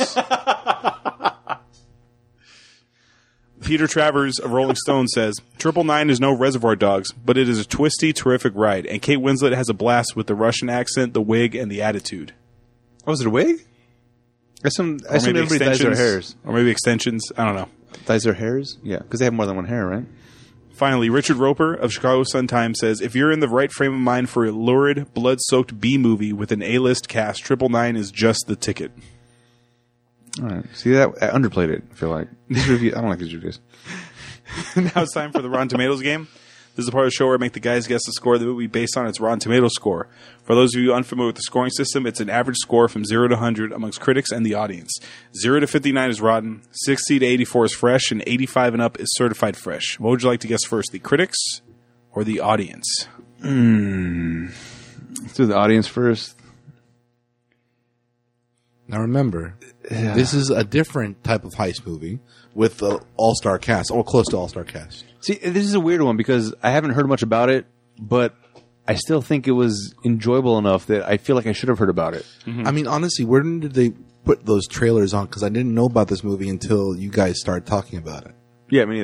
Peter Travers of Rolling Stone says, Triple Nine is no Reservoir Dogs, but it is a twisty, terrific ride, and Kate Winslet has a blast with the Russian accent, the wig, and the attitude.
Was Oh, it a wig? I assume, I assume everybody dyes their hairs.
Or maybe extensions. I don't know.
Dyes their hairs? Yeah, because they have more than one hair, right?
Finally, Richard Roper of Chicago Sun-Times says, if you're in the right frame of mind for a lurid, blood-soaked B-movie with an A-list cast, Triple Nine is just the ticket.
All right. See that? I underplayed it. I feel like These review- I don't like these reviews.
now it's time for the Rotten Tomatoes game. This is the part of the show where I make the guys guess the score of the movie based on its Rotten Tomato score. For those of you unfamiliar with the scoring system, it's an average score from 0 to 100 amongst critics and the audience. 0 to 59 is rotten, 60 to 84 is fresh, and 85 and up is certified fresh. What would you like to guess first, the critics or the audience?
Let's do the audience first.
Now remember, this is a different type of heist movie with the all star cast or close to all star cast.
See, this is a weird one because I haven't heard much about it, but I still think it was enjoyable enough that I feel like I should have heard about it.
I mean, honestly, where did they put those trailers on? Because I didn't know about this movie until you guys started talking about it.
Yeah, me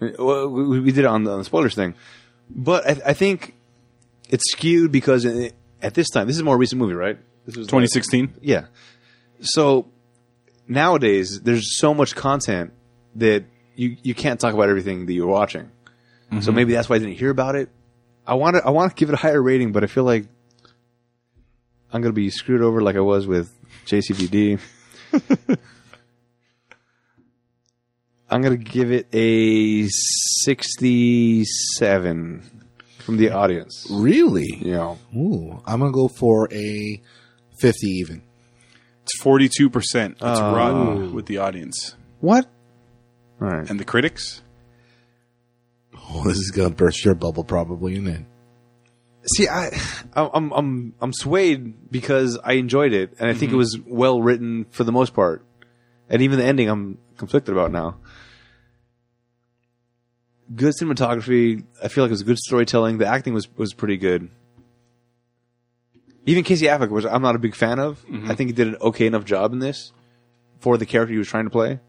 neither. Well, we, we did it on the, on the spoilers thing, but I, I think it's skewed because it, at this time, this is a more recent movie, right? This was
2016?
Yeah. So nowadays, there's so much content that you you can't talk about everything that you're watching. So maybe that's why I didn't hear about it. I want to I want to give it a higher rating, but I feel like I'm going to be screwed over like I was with JCVD. I'm going to give it a 67 from the audience.
Really?
You know,
Ooh, I'm gonna go for a fifty even.
It's 42%. It's
Oh.
rotten with the audience.
what? All right.
And the critics?
Oh, this is gonna burst your bubble probably, and then
See, I, I'm- I'm, I'm, I'm swayed because I enjoyed it, and I think it was well written for the most part, and even the ending I'm conflicted about now. Good cinematography. I feel like it was good storytelling. The acting was was pretty good. Even Casey Affleck, which I'm not a big fan of, I think he did an okay enough job in this for the character he was trying to play.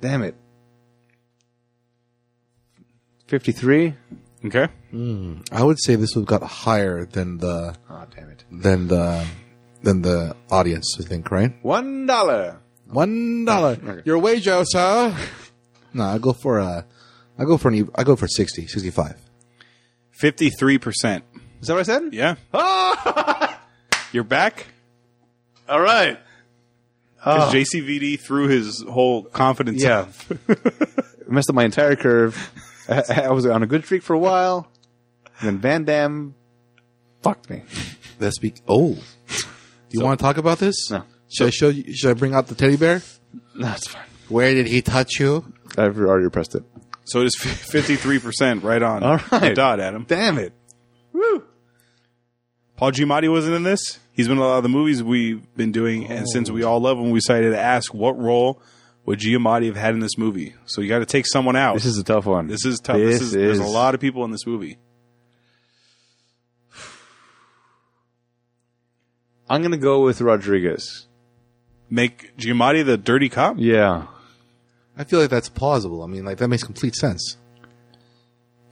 Damn it. 53?
Okay.
I would say this would got higher than the
Oh, damn it.
than the than the audience. I think right.
One dollar.
One dollar. Your wages, huh? no, I go for a. I go for an. e, I go for 60, 65.
53%.
Is that what I said?
Yeah. You're back?
All right. Uh.
Because JCVD threw his whole confidence
Yeah. Messed up my entire curve. I, I was on a good streak for a while. And then Van Damme fucked me.
That's be. Oh, do you want to talk about this?
No.
Should I show you? Should I bring out the teddy bear?
That's fine.
Where did he touch you?
I've already repressed it.
So it is fifty three percent, right on.
All right.
the dot, Adam.
Damn it.
Paul Giamatti wasn't in this. He's been in a lot of the movies we've been doing, and
Oh.
since we all love him, we decided to ask what role would Giamatti have had in this movie. So you got to take someone out.
This is a tough one.
this is tough. This, is, there's a lot of people in this movie.
I'm going to go with Rodriguez.
Make Giamatti the dirty cop.
Yeah.
I feel like that's plausible. I mean, like that makes complete sense.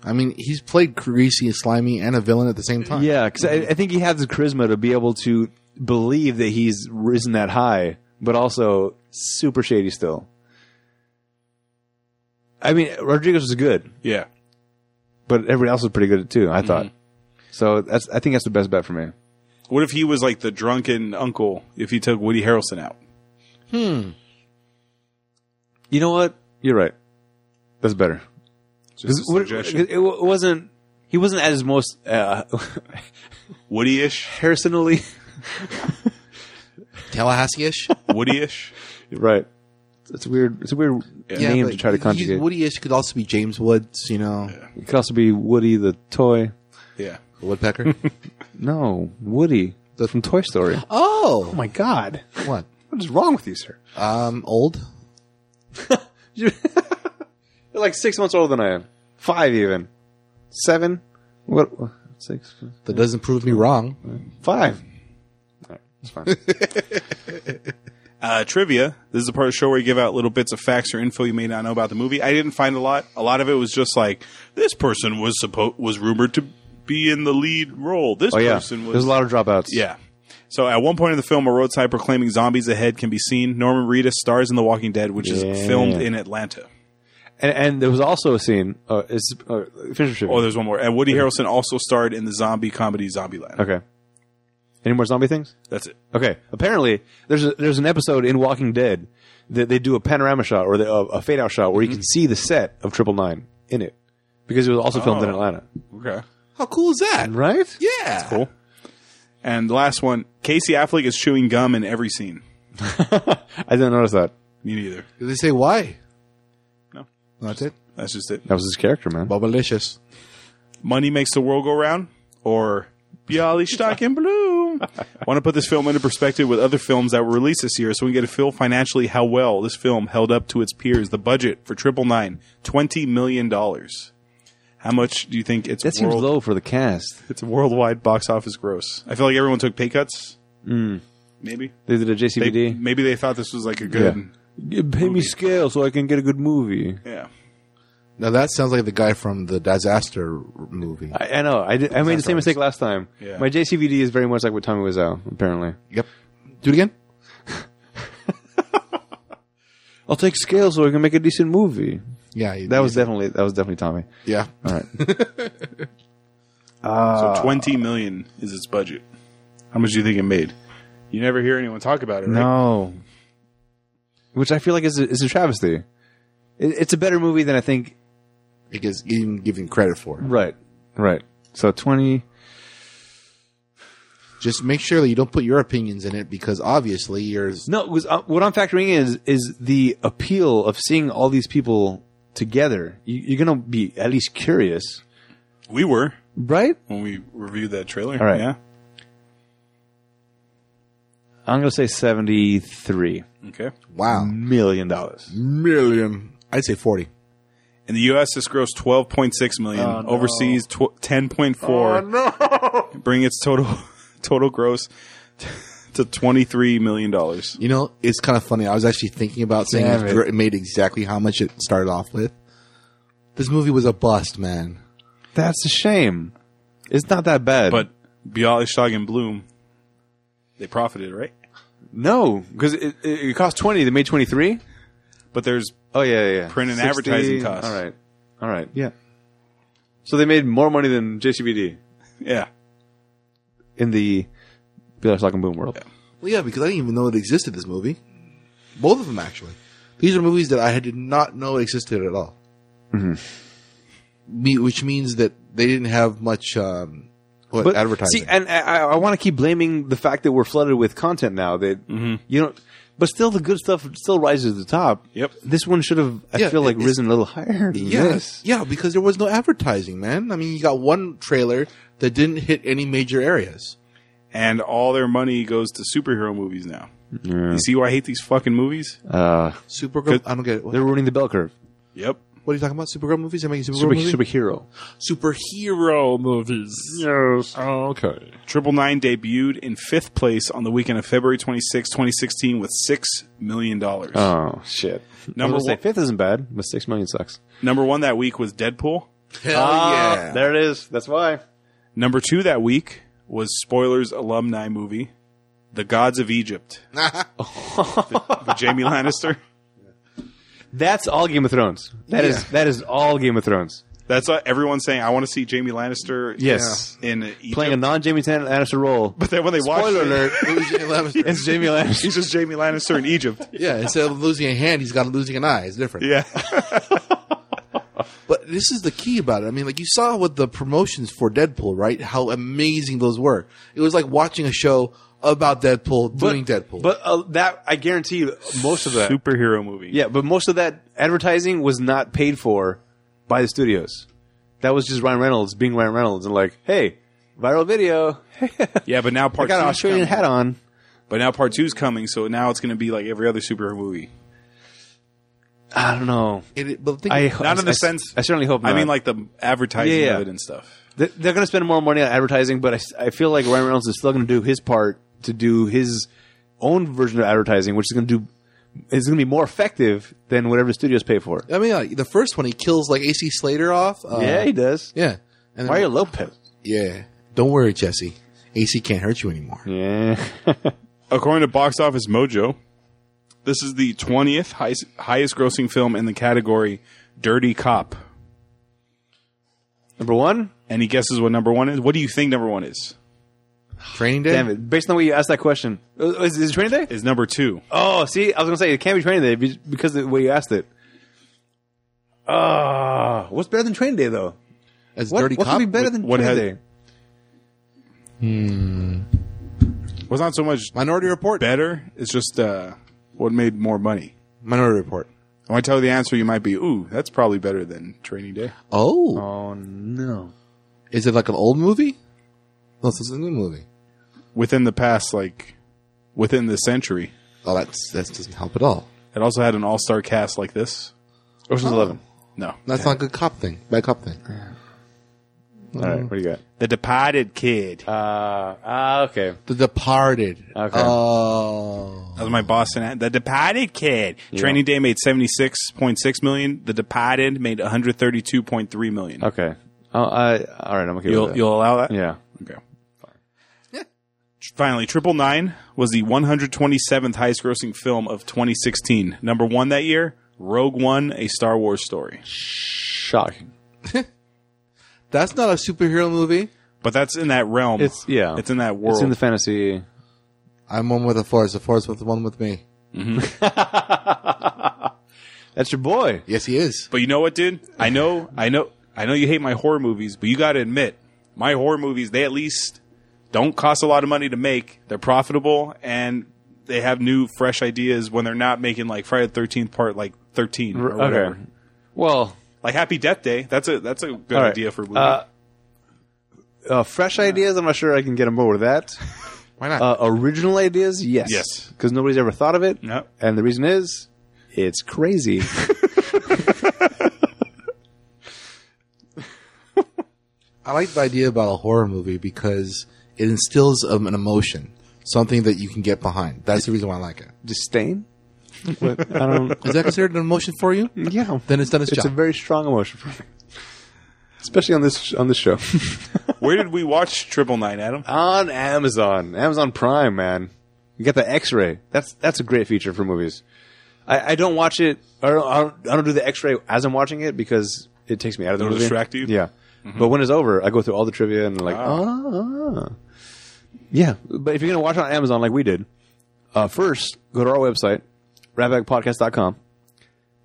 I mean, he's played greasy, slimy, and a villain at the same time.
Yeah, because I, I think he has the charisma to be able to believe that he's risen that high, but also super shady still. I mean, Rodriguez was good,
Yeah.
but everybody else was pretty good too. I thought. So that's I think that's the best bet for me.
What if he was like the drunken uncle if he took Woody Harrelson out?
You know what? You're right. That's better.
Just a
'Cause what-
suggestion.
it wa- wasn't. He wasn't at his most uh,
Woody-ish?
personally.
Tallahassee-ish.
Woody-ish?
Right. It's a weird. It's a weird
Yeah,
name
but
to try to
he's
conjugate.
Woody-ish could also be James Woods. You know,
It could also be Woody the toy.
yeah.
the woodpecker.
No, Woody. That's from Toy Story. Oh
oh,
my God!
what?
What is wrong with you, sir?
Um, old.
You're you're like six months older than I am. Five, even seven. What? Six?
That doesn't prove me wrong.
Five. All right, it's fine.
Uh, trivia. This is the part of the show where you give out little bits of facts or info you may not know about the movie. I didn't find a lot. A lot of it was just like this person was supposed was rumored to be in the lead role. This
oh yeah.
person was
There's a lot of dropouts.
yeah. So at one point in the film, a road sign proclaiming "Zombies ahead" can be seen. Norman Reedus stars in *The Walking Dead*, which
Yeah.
is filmed in Atlanta.
And, and there was also a scene. Uh, it's uh, Fisher Trivia.
Oh, there's one more. And Woody Harrelson also starred in the zombie comedy *Zombieland*.
okay. Any more zombie things?
That's it.
Okay. Apparently, there's a, there's an episode in Walking Dead that they do a panorama shot or the, uh, a fade out shot where you can see the set of Triple Nine in it because it was also filmed in
Oh.
Atlanta.
Okay,
How cool is that?
Right?
Yeah.
cool. And the last one, Casey Affleck is chewing gum in every scene.
I didn't notice that.
Me neither.
Did they say why?
No.
That's it.
That's just it.
That was his character, man.
Bubblicious.
Money Makes the World Go Round or Bialystock in Bloom. Want to put this film into perspective with other films that were released this year so we can get a feel financially how well this film held up to its peers. The budget for Triple Nine, $20 million. How much do you think it's
That seems
world-
low for the cast.
It's worldwide box office gross. I feel like everyone took pay cuts.
Mm.
Maybe.
They did a
They-
JCVD.
maybe they thought this was like a good.
Pay me scale so I can get a good movie.
Yeah.
Now that sounds like the guy from the disaster movie.
I, I know. I, did, I made the same mistake last time.
Yeah.
My JCVD is very much like what Tommy was out, apparently.
Yep. Do it again.
I'll take scale so I can make a decent movie.
Yeah. you-
That was definitely that was definitely Tommy.
Yeah.
All right. Uh,
So 20 million is its budget. How much do you think it made? You never hear anyone talk about it, right?
No. Which I feel like is a, is a travesty. It, it's a better movie than I think.
It gives even giving credit for. it.
Right. Right. So 20.
Just make sure that you don't put your opinions in it because obviously yours.
No, it was, uh, what I'm factoring in is, is the appeal of seeing all these people together. You, you're going to be at least curious.
We were.
Right?
when we reviewed that trailer.
All right.
Yeah.
I'm going to say $73
Okay.
Wow.
million. dollars.
Million. I'd say forty.
In the U.S., this grossed 12.6 million. Overseas, tw- 10.4. Bring its total total gross to 23 million dollars.
You know, it's kind of funny. I was actually thinking about saying
Damn
it.
it.
gr- made exactly how much it started off with. This movie was a bust, man.
That's a shame. It's not that bad.
But Bialystok and Bloom, they profited, right?
no, because it, it, it cost 20. They made 23.
But there's
Oh yeah, yeah. yeah.
Print and advertising costs.
All right, all right. Yeah. So they made more money than JCVD
yeah.
in the Bill Stock and Boom world.
Well, yeah, because I didn't even know it existed. This movie, both of them actually. These are movies that I did not know existed at all. Mm-hmm. Me, which means that they didn't have much um, what
But
advertising.
See, and I, I want to keep blaming the fact that we're flooded with content now. That you know, but still, the good stuff still rises to the top.
Yep.
This one should have. I
Yeah,
feel like
it's-
risen a little higher. Than
yeah,
This.
yeah, because there was no advertising, man. I mean, you got one trailer that didn't hit any major areas.
And all their money goes to superhero movies now. You see why I hate these fucking movies?
Uh,
Supergirl,
Good.
I don't get it. What?
they're ruining the bell curve.
Yep.
What are you talking about? Supergirl movies? Am I making a Supergirl
Super,
movie?
superhero.
Superhero movies. Yes.
Oh,
Okay.
Triple Nine debuted in fifth place on the weekend of February 26, 2016, with $6 million.
Oh shit.
Number
Number
one-
one. Fifth isn't bad, but six million sucks. Ah,
Number one that week was Deadpool.
Hell Oh, yeah!
There it is. That's why.
Number two that week was spoilers alumni movie, The Gods of Egypt. with Jamie Lannister.
That's all Game of Thrones. That is that is all Game of Thrones.
That's what everyone's saying. I want to see Jamie Lannister.
Yes.
in Egypt.
Playing a non Jamie Lannister role.
but then when they watch
Spoiler
it,
alert: it was Jamie Lannister.
It's Jamie Lannister.
he's just Jamie Lannister in Egypt.
Yeah, instead of losing a hand, he's got losing an eye. It's different.
Yeah,
But this is the key about it. I mean, like you saw with the promotions for Deadpool, right? How amazing those were. It was like watching a show about Deadpool doing Deadpool.
But uh, that I guarantee you, most of that.
superhero movie.
Yeah, but most of that advertising was not paid for by the studios. That was just Ryan Reynolds being Ryan Reynolds and like, hey, viral video.
yeah. But now
I
part
got an
two's coming.
Australian hat on.
But now part two's coming, so now it's going to be like every other superhero movie.
I don't know.
It- but think-
I
Not in
I-
the sense.
I certainly hope. Not.
I mean, like the advertising
Yeah, yeah.
of it and stuff.
They- they're going to spend more money on advertising, but I s- I, feel like Ryan Reynolds is still going to do his part to do his own version of advertising, which is going to do is going to be more effective than whatever the studios pay for.
I mean, like, the first one, he kills like AC Slater off. Uh,
yeah, he does.
yeah. And then-
Mario Lopez.
yeah. Don't worry, Jesse. AC can't hurt you anymore.
Yeah.
According to Box Office Mojo, this is the 20th highest, highest grossing film in the category Dirty Cop.
Number one.
Any guesses what number one is? What do you think number one is?
Training day.
Damn it! Based on the way you asked that question, Uh, is, is it training day?
Is number two.
Oh, see, I was gonna say it can't be training day be- because of the way you asked it. Ah, what's better than training day though?
As
What,
dirty
what
cop.
could be better than
What
training
has-
day?
Was not so much
Minority Report.
better. It's just uh, what made more money.
Minority Report.
When I tell you the answer, you might be, ooh, that's probably better than Training Day.
Oh.
Oh no!
Is it like an old movie? No, this is a new movie.
Within the past, like, within the century.
Oh, that's that doesn't help at all.
It also had an all star cast like this.
Ocean's Eleven.
No.
That's not a good cop thing. Bad cop thing.
All right, what do you got?
The Departed Kid.
Uh, ah, okay.
The Departed.
Okay.
Oh.
That was my Boston. ad- The Departed Kid. Training Day made seventy six point six million. The Departed made one hundred thirty two point three million.
Okay. Oh, I, all right, I'm okay
You'll
with that.
you'll allow that?
yeah.
Okay. Finally, Triple Nine was the one hundred twenty seventh highest grossing film of twenty sixteen. Number one that year, Rogue One: A Star Wars Story.
Shocking.
That's not a superhero movie.
But that's in that realm.
It's yeah.
It's in that world.
It's in the fantasy.
I'm one with the force. The force with one with me.
That's your boy.
Yes, he is.
but you know what, dude? I know, I know, I know you hate my horror movies, but you got to admit, my horror movies they at least don't cost a lot of money to make. They're profitable and they have new, fresh ideas when they're not making like Friday the Thirteenth Part like thirteen or whatever.
Okay. Well,
Like Happy Death Day. That's a that's a good
all right.
idea for a movie.
Uh, uh, fresh ideas. I'm not sure I can get on board with that.
Why not?
Uh, original ideas. Yes.
Yes.
Because nobody's ever thought of it.
No.
And the reason is, it's crazy.
I like the idea about a horror movie because it instills um, an emotion, something that you can get behind. That's the reason why I like it.
Disdain. What? I don't.
Is that considered an emotion for you?
Yeah.
Then it's done its,
It's a
job.
very strong emotion for me, especially on this on this show.
Where did we watch Triple Nine, Adam?
on Amazon, Amazon Prime, man. You get the X-ray. That's that's a great feature for movies. I, I don't watch it. Or I don't, I don't do the X-ray as I'm watching it because it takes me out of the
It'll
movie.
distract you? Mm-hmm.
Yeah. But when it's over, I go through all the trivia and like, ah. ah. yeah. But if you're gonna watch it on Amazon like we did, uh, first go to our website, ratbagpodcast.com.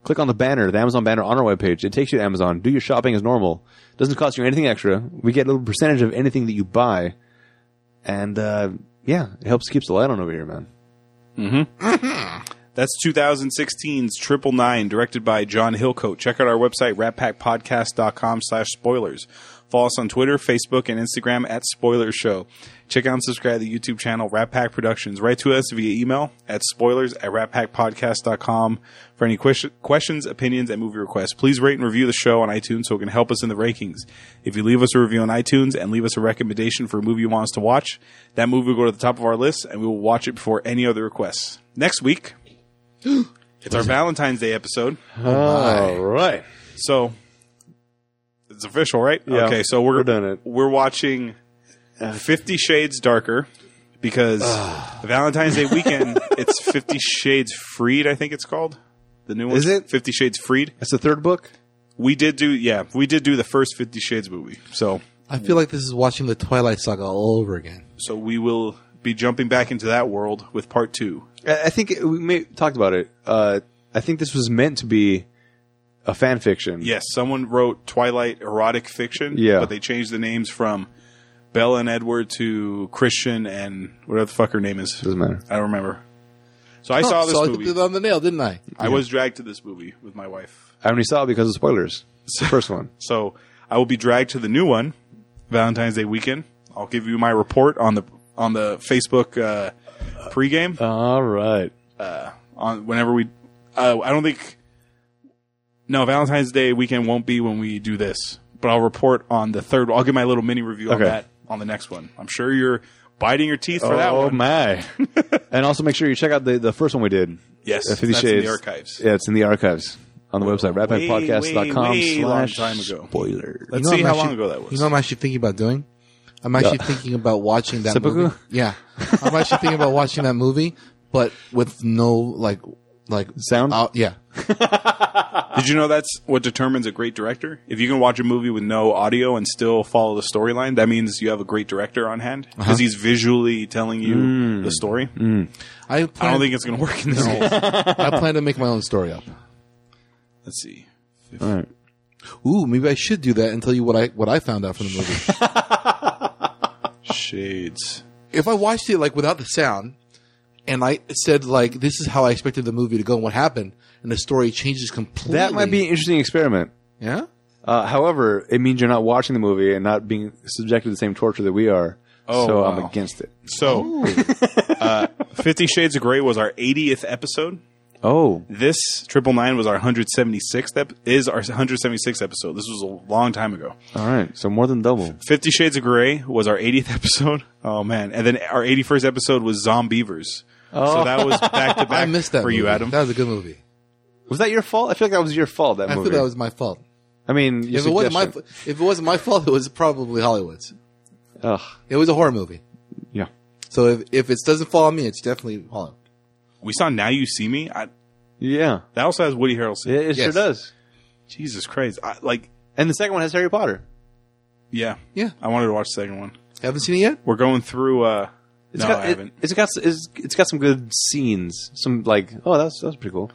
Click on the banner, the Amazon banner on our webpage. It takes you to Amazon. Do your shopping as normal. Doesn't cost you anything extra. We get a little percentage of anything that you buy and uh, yeah, it helps keeps the light on over here, man.
That's 2016's Triple Nine, directed by John Hillcoat. Check out our website, ratpackpodcast.com slash spoilers. Follow us on Twitter, Facebook, and Instagram at Spoiler Show. Check out and subscribe to the YouTube channel Rat Pack Productions. Write to us via email at spoilers at ratpackpodcast.com for any ques- questions, opinions, and movie requests. Please rate and review the show on iTunes so it can help us in the rankings. If you leave us a review on iTunes and leave us a recommendation for a movie you want us to watch, that movie will go to the top of our list and we will watch it before any other requests. Next week, it's our Valentine's Day episode.
All right.
So it's official, right?
Yeah.
Okay, so we're,
We're doing it.
We're watching Fifty Shades Darker because Valentine's Day weekend. it's Fifty Shades Freed, I think it's called. The new one
Is it?
Fifty Shades Freed?
That's the third book.
We did do, yeah, we did do the first Fifty Shades movie. So,
I feel like this is watching the Twilight Saga all over again.
so we will be jumping back into that world with part two.
I I think it- we may talked about it. Uh, I think this was meant to be a fan fiction.
Yes, someone wrote Twilight erotic fiction.
Yeah.
but they changed the names from Bella and Edward to Christian and whatever the fuck her name is.
doesn't matter.
I don't remember. So I saw this
so I
movie.
did it on the nail, didn't I?
I was dragged to this movie with my wife.
I only saw it because of spoilers. It's the first one.
So I will be dragged to the new one, Valentine's Day weekend. I'll give you my report on the on the Facebook uh, pregame
All right.
on whenever we. Uh, I don't think. No, Valentine's Day weekend won't be when we do this, but I'll report on the third. I'll give my little mini review on
Okay.
that on the next one. I'm sure you're biting your teeth for that
oh
one.
my! and also make sure you check out the, the first one we did.
Yes,
Uh, Fifty
that's in
Shades.
the archives.
Yeah, it's in the archives on the website
way,
ratpackpodcast.com
way long
slash
time ago.
spoiler.
Let's
You know
see
I'm
how
actually-
long ago that was.
You know, what I'm actually thinking about doing. I'm actually thinking about watching that
Seppuku?
movie. Yeah, I'm actually thinking about watching that movie, but with no like like
Sound?
Oh,
out- yeah,
Did you know that's what determines a great director? If you can watch a movie with no audio and still follow the storyline, that means you have a great director on hand because
Uh-huh.
he's visually telling you
Mm.
the story.
I
I
plan,
don't think it's going to work in this case.
I plan to make my own story up.
Let's see.
All right.
Ooh, maybe I should do that and tell you what I what I found out from the movie.
Shades.
if I watched it like without the sound, and I said like this is how I expected the movie to go and what happened, and the story changes completely.
That might be an interesting experiment.
yeah.
Uh, however, it means you're not watching the movie and not being subjected to the same torture that we are.
Oh,
so
wow.
I'm against it.
So, uh, Fifty Shades of Grey was our 80th episode.
Oh,
This Triple Nine was our 176th ep- is our 176th episode. This was a long time ago.
all right. So more than double.
Fifty Shades of Grey was our 80th episode. Oh man! And then our 81st episode was Zombievers. So that was back to back.
Oh. I missed that
for you,
movie.
Adam.
That was a good movie.
Was that your fault? I feel like that was your fault. That
I
movie.
feel that was my fault.
I mean, your
If it wasn't my
suggestion.
if it wasn't my fault, it was probably Hollywood's.
Ugh.
It was a horror movie.
Yeah.
So if, if it doesn't fall on me, it's definitely Hollywood.
We saw Now You See Me. I,
Yeah.
that also has Woody Harrelson.
It, it sure
Yes.
does.
Jesus Christ! I, like,
And the second one has Harry Potter.
yeah,
Yeah.
I wanted to watch the second one.
Haven't seen it yet?
We're going through. uh
It's
No,
got,
I
it-
haven't.
it's got it's, it's got some good scenes. Some like oh that's that's pretty cool.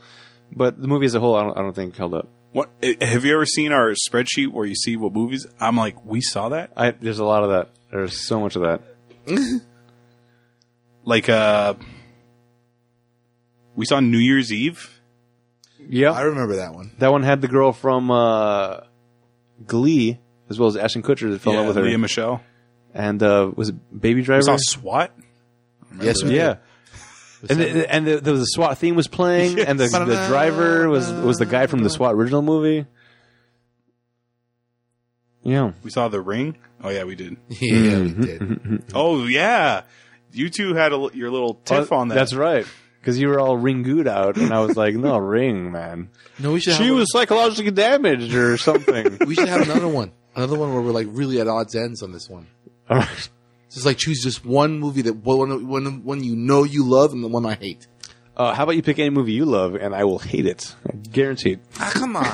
But the movie as a whole, I don't, I don't think held up.
What eh, have you ever seen our spreadsheet where you see what movies? I'm like, we saw that.
I, there's a lot of that. There's so much of that.
Like, uh we saw New Year's Eve.
Yeah,
I remember that one.
that one had the girl from uh, Glee as well as Ashton Kutcher that fell
Yeah,
in love with her.
Leah Michelle.
and uh, was it Baby
We saw
Driver?
SWAT.
Yes, we
yeah.
did.
And the, and the, there was the SWAT theme was playing, and the, the driver was was the guy from the SWAT original movie. Yeah,
We saw The Ring. Oh yeah, we did.
Yeah, we did.
Oh yeah, you two had a, l- your little tiff
Oh,
on that.
That's right. Because you were all ringooed out, and I was like, "No ring, man.
No, we should.
She
have
was psychologically damaged or something."
We should have another one. Another one where we're like really at odds ends on this one.
all right,
Just like choose just one movie that one one one you know you love and the one I hate.
uh, how about you pick any movie you love, and I will hate it, guaranteed.
Ah, come on.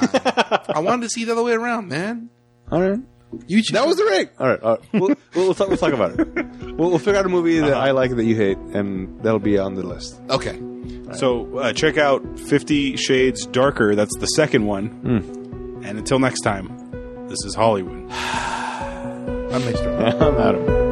I wanted to see it the other way around, man.
All right,
You choose.
that was the ring. All right, all right. We'll, we'll, we'll, talk, we'll talk about it. Uh-huh. We'll, we'll figure out a movie that I like that you hate, and that'll be on the list.
okay.
so uh, check out Fifty Shades Darker. That's the second one.
Hmm.
And until next time, this is Hollywood.
I'm Maestro.
I'm out of it.